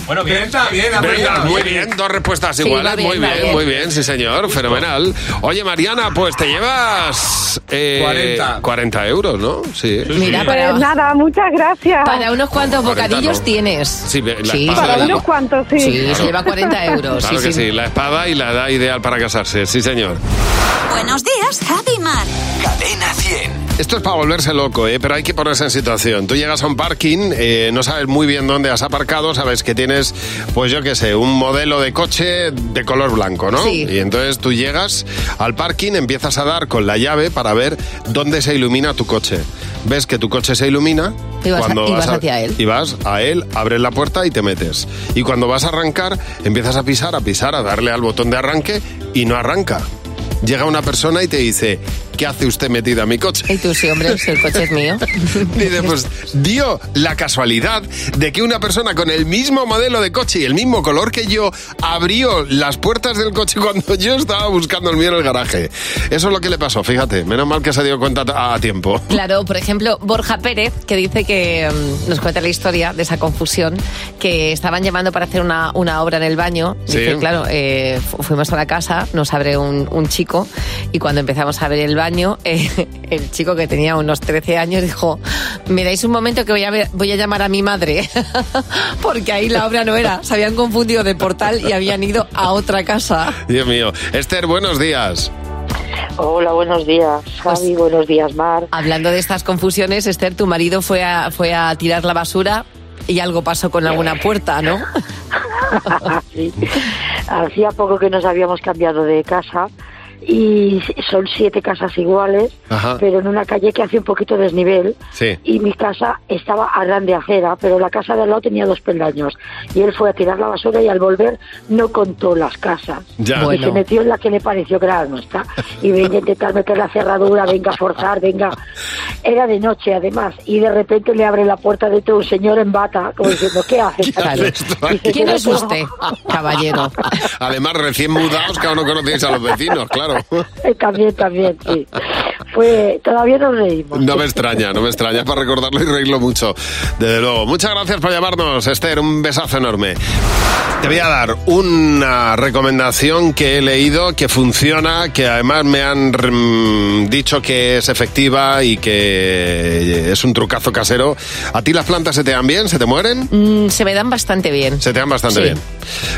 S5: Bueno, bien.
S3: Venga, muy bien, dos respuestas
S4: Sí,
S3: iguales.
S4: va bien,
S3: muy
S4: va
S3: bien,
S4: bien.
S3: muy bien, sí, señor. Fenomenal. Oye, Mariana, pues te llevas. eh,
S26: 40.
S3: 40 euros, ¿no? Sí.
S4: Mira, pues,
S3: Sí.
S4: para,
S14: Pues Nada, muchas gracias.
S4: para unos cuantos
S3: cuarenta
S4: bocadillos
S3: no.
S4: tienes.
S3: Sí, la
S4: Sí,
S3: espada de la-
S14: cuantos,
S4: sí.
S3: Claro.
S4: se lleva 40 euros.
S3: Claro
S4: sí,
S3: que
S4: sí.
S3: sí, la espada y la edad ideal para casarse, sí señor.
S1: Buenos días, Javi y Mar. Cadena 100.
S3: Esto es para volverse loco, ¿eh? pero hay que ponerse en situación. Tú llegas a un parking, eh, no sabes muy bien dónde has aparcado, sabes que tienes, pues yo qué sé, un modelo de coche de color blanco, ¿no?
S17: Sí.
S3: Y entonces tú llegas al parking, empiezas a dar con la llave para ver dónde se ilumina tu coche. Ves que tu coche se ilumina.
S4: Y vas a-
S3: cuando
S4: y vas hacia él.
S3: Y vas a él, abres la puerta y te metes. Y cuando vas a arrancar, empiezas a pisar, a pisar, a darle al botón de arranque y no arranca. Llega una persona y te dice, ¿qué hace usted metida en mi coche?
S4: Y tú, sí, hombre, si el coche es mío.
S3: [LAUGHS] Dice, pues dio la casualidad de que una persona con el mismo modelo de coche y el mismo color que yo abrió las puertas del coche cuando yo estaba buscando el mío en el garaje. Eso es lo que le pasó, fíjate. Menos mal que se dio cuenta a tiempo.
S4: Claro, por ejemplo, Borja Pérez, que dice que mm, nos cuenta la historia de esa confusión, que estaban llamando para hacer una, una obra en el baño.
S3: Sí.
S4: Dice, claro, eh, fu- fuimos a la casa, nos abre un, un chico y cuando empezamos a ver el baño, [LAUGHS] eh, el chico que tenía unos 13 años dijo, me dais un momento que voy a, ver- voy a llamar a mi madre, [LAUGHS] porque ahí la obra no era, se habían confundido de portal y habían ido a otra casa.
S3: Dios mío. Esther, buenos días.
S15: Hola, buenos días, Javi, buenos días, Mar.
S4: Hablando de estas confusiones, Esther, tu marido fue a, fue a tirar la basura y algo pasó con alguna puerta, ¿no?
S15: Sí. Hacía poco que nos habíamos cambiado de casa y son siete casas iguales,
S3: Ajá.
S15: pero en una calle que hace un poquito desnivel.
S3: Sí.
S15: [LAUGHS] Y mi casa estaba a grande acera, pero la casa de al lado tenía dos peldaños. Y él fue a tirar la basura y al volver no contó las casas.
S3: Ya.
S15: Y
S3: Bueno.
S15: se metió en la que le pareció que era la nuestra. Y venga a intentar meter la cerradura, venga a forzar, venga. Era de noche además. Y de repente le abre la puerta de todo un señor en bata, como diciendo, ¿qué haces?
S4: Claro. ¿Quién es usted, caballero?
S3: Además, recién mudados, que aún no conocéis a los vecinos, claro.
S15: Eh, [LAUGHS] También, también, sí. Fue, todavía nos reímos.
S3: No me extraña, no me extraña para recordarlo y reírlo mucho. Desde luego. Muchas gracias por llamarnos, Esther. Un besazo enorme. Te voy a dar una recomendación que he leído, que funciona, que además me han mm, dicho que es efectiva y que es un trucazo casero. ¿A ti las plantas se te dan bien? ¿Se te mueren?
S4: Mm, se me dan bastante bien.
S3: Se te dan bastante
S4: Sí.
S3: bien.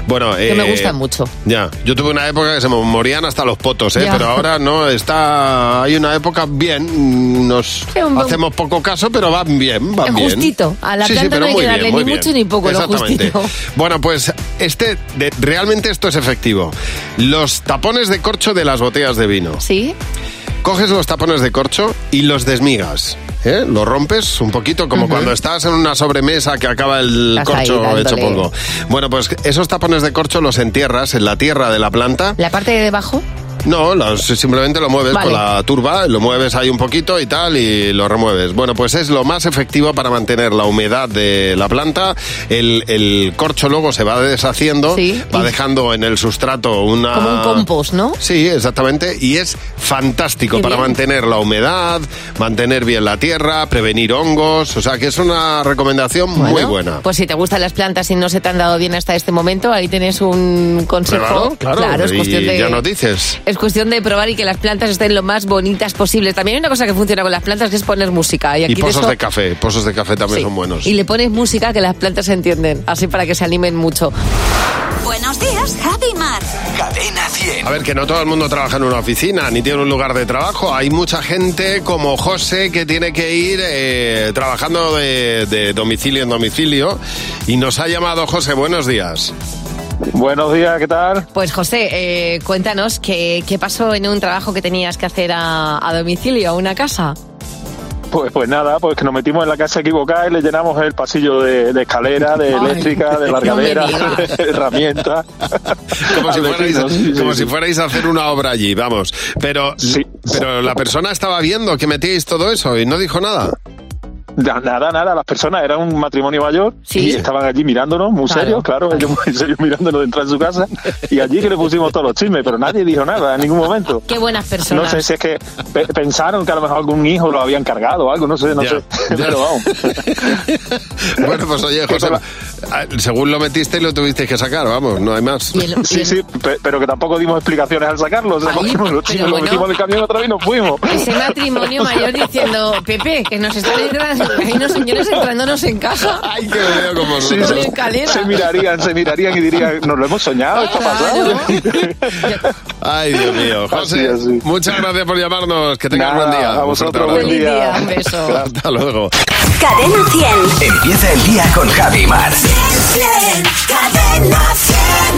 S3: Bueno,
S4: Que me
S3: eh,
S4: gustan mucho.
S3: Ya, yo tuve una época que se me morían hasta los potos, ¿eh?
S4: Ya.
S3: pero ahora no, está hay una época bien, nos
S4: Sí, un-
S3: hacemos poco caso, pero van bien, van bien.
S4: Justito, a la
S3: Sí, sí,
S4: planta
S3: pero
S4: no hay
S3: muy
S4: que
S3: bien,
S4: darle
S3: muy
S4: ni
S3: bien.
S4: mucho ni poco, lo
S3: Exactamente.
S4: justito.
S3: Bueno, pues este de- realmente esto es efectivo. Los tapones de corcho de las botellas de vino.
S4: ¿Sí?
S3: Coges los tapones de corcho y los desmigas. ¿eh? Lo rompes un poquito, como cuando estás en una sobremesa que acaba el
S4: Estás ahí
S3: corcho
S4: dándole.
S3: hecho polvo. Bueno, pues esos tapones de corcho los entierras en la tierra de la planta.
S4: ¿La parte de debajo?
S3: No, los- simplemente lo mueves
S4: Vale.
S3: con la turba, lo mueves ahí un poquito y tal y lo remueves. Bueno, pues es lo más efectivo para mantener la humedad de la planta. El, el corcho luego se va deshaciendo,
S4: Sí,
S3: va
S4: y-
S3: dejando en el sustrato una...
S4: Como un compost, ¿no?
S3: Sí, exactamente. Y es fantástico
S4: Qué
S3: para
S4: bien.
S3: mantener la humedad, mantener bien la tierra, prevenir hongos. O sea que es una recomendación muy
S4: Bueno,
S3: buena.
S4: Pues si te gustan las plantas y no se te han dado bien hasta este momento, ahí tienes un consejo.
S3: Pruébalo, claro,
S4: es cuestión
S3: y
S4: de...
S3: ya nos dices.
S4: Es cuestión de probar y que las plantas estén lo más bonitas posibles. También hay una cosa que funciona con las plantas que es poner música. Y,
S3: Y,
S4: aquí de
S3: pozos
S4: eso-
S3: de café, pozos de café también
S4: Sí.
S3: son buenos.
S4: Y le pones música que las plantas entienden, así para que se animen mucho.
S1: Buenos días, Javi Mar. Cadena 100.
S3: A ver, que no todo el mundo trabaja en una oficina, ni tiene un lugar de trabajo. Hay mucha gente como José que tiene que ir eh, trabajando de, de domicilio en domicilio. Y nos ha llamado José, buenos días.
S17: Buenos días, ¿qué tal?
S4: Pues José, eh, cuéntanos qué, qué pasó en un trabajo que tenías que hacer a, a domicilio, a una casa.
S17: Pues, pues nada, pues que nos metimos en la casa equivocada y le llenamos el pasillo de, de escalera, de
S4: Ay,
S17: eléctrica,
S4: [LAUGHS]
S17: de
S4: no
S17: largadera,
S4: me digas.
S17: [LAUGHS] de herramientas.
S3: Como si
S17: Al
S3: fuerais,
S17: vecino, sí, sí,
S3: como
S17: sí.
S3: si fuerais a hacer una obra allí, vamos. Pero, pero la persona estaba viendo que metíais todo eso y no dijo nada.
S17: Na- Nada, nada, las personas eran un matrimonio mayor y estaban allí mirándonos, muy
S3: Claro.
S17: serios, claro, ellos muy [LAUGHS] serios mirándonos dentro de su casa y allí que le pusimos todos los chismes, pero nadie dijo nada en ningún momento.
S4: [LAUGHS] Qué buenas personas.
S17: No sé si es que pe- pensaron que a lo mejor algún hijo lo habían cargado o algo, no sé, no
S3: Ya,
S17: sé.
S3: ya.
S17: [LAUGHS] Pero vamos.
S3: Bueno, pues
S17: [LAUGHS]
S3: oye, José, ah, según lo metiste lo tuvisteis que sacar, vamos, no hay más.
S17: [LAUGHS] Sí, sí, pe- pero que tampoco dimos explicaciones al sacarlo. O sea,
S3: Ay,
S17: cogimos
S3: pero
S17: los chicos,
S3: bueno.
S17: lo metimos en el camión otra vez y nos fuimos.
S4: Ese matrimonio mayor diciendo, Pepe, que nos están entrando, hay unos señores entrándonos en casa.
S3: Ay, qué veo como
S17: Sí,
S4: Con
S17: se,
S4: la escalera.
S17: se mirarían, se mirarían y dirían, nos lo hemos soñado, esto ha pasado.
S3: Ay, Dios
S17: [LAUGHS]
S3: mío. José, muchas gracias por llamarnos. Que tengas buen día.
S17: a vosotros,
S3: Un fuerte
S17: buen
S3: abrazo.
S17: día.
S1: Un beso.
S3: [LAUGHS] Hasta luego.
S1: Cadena 100.
S2: Empieza el día con Javi Mar.
S1: Cadena 100.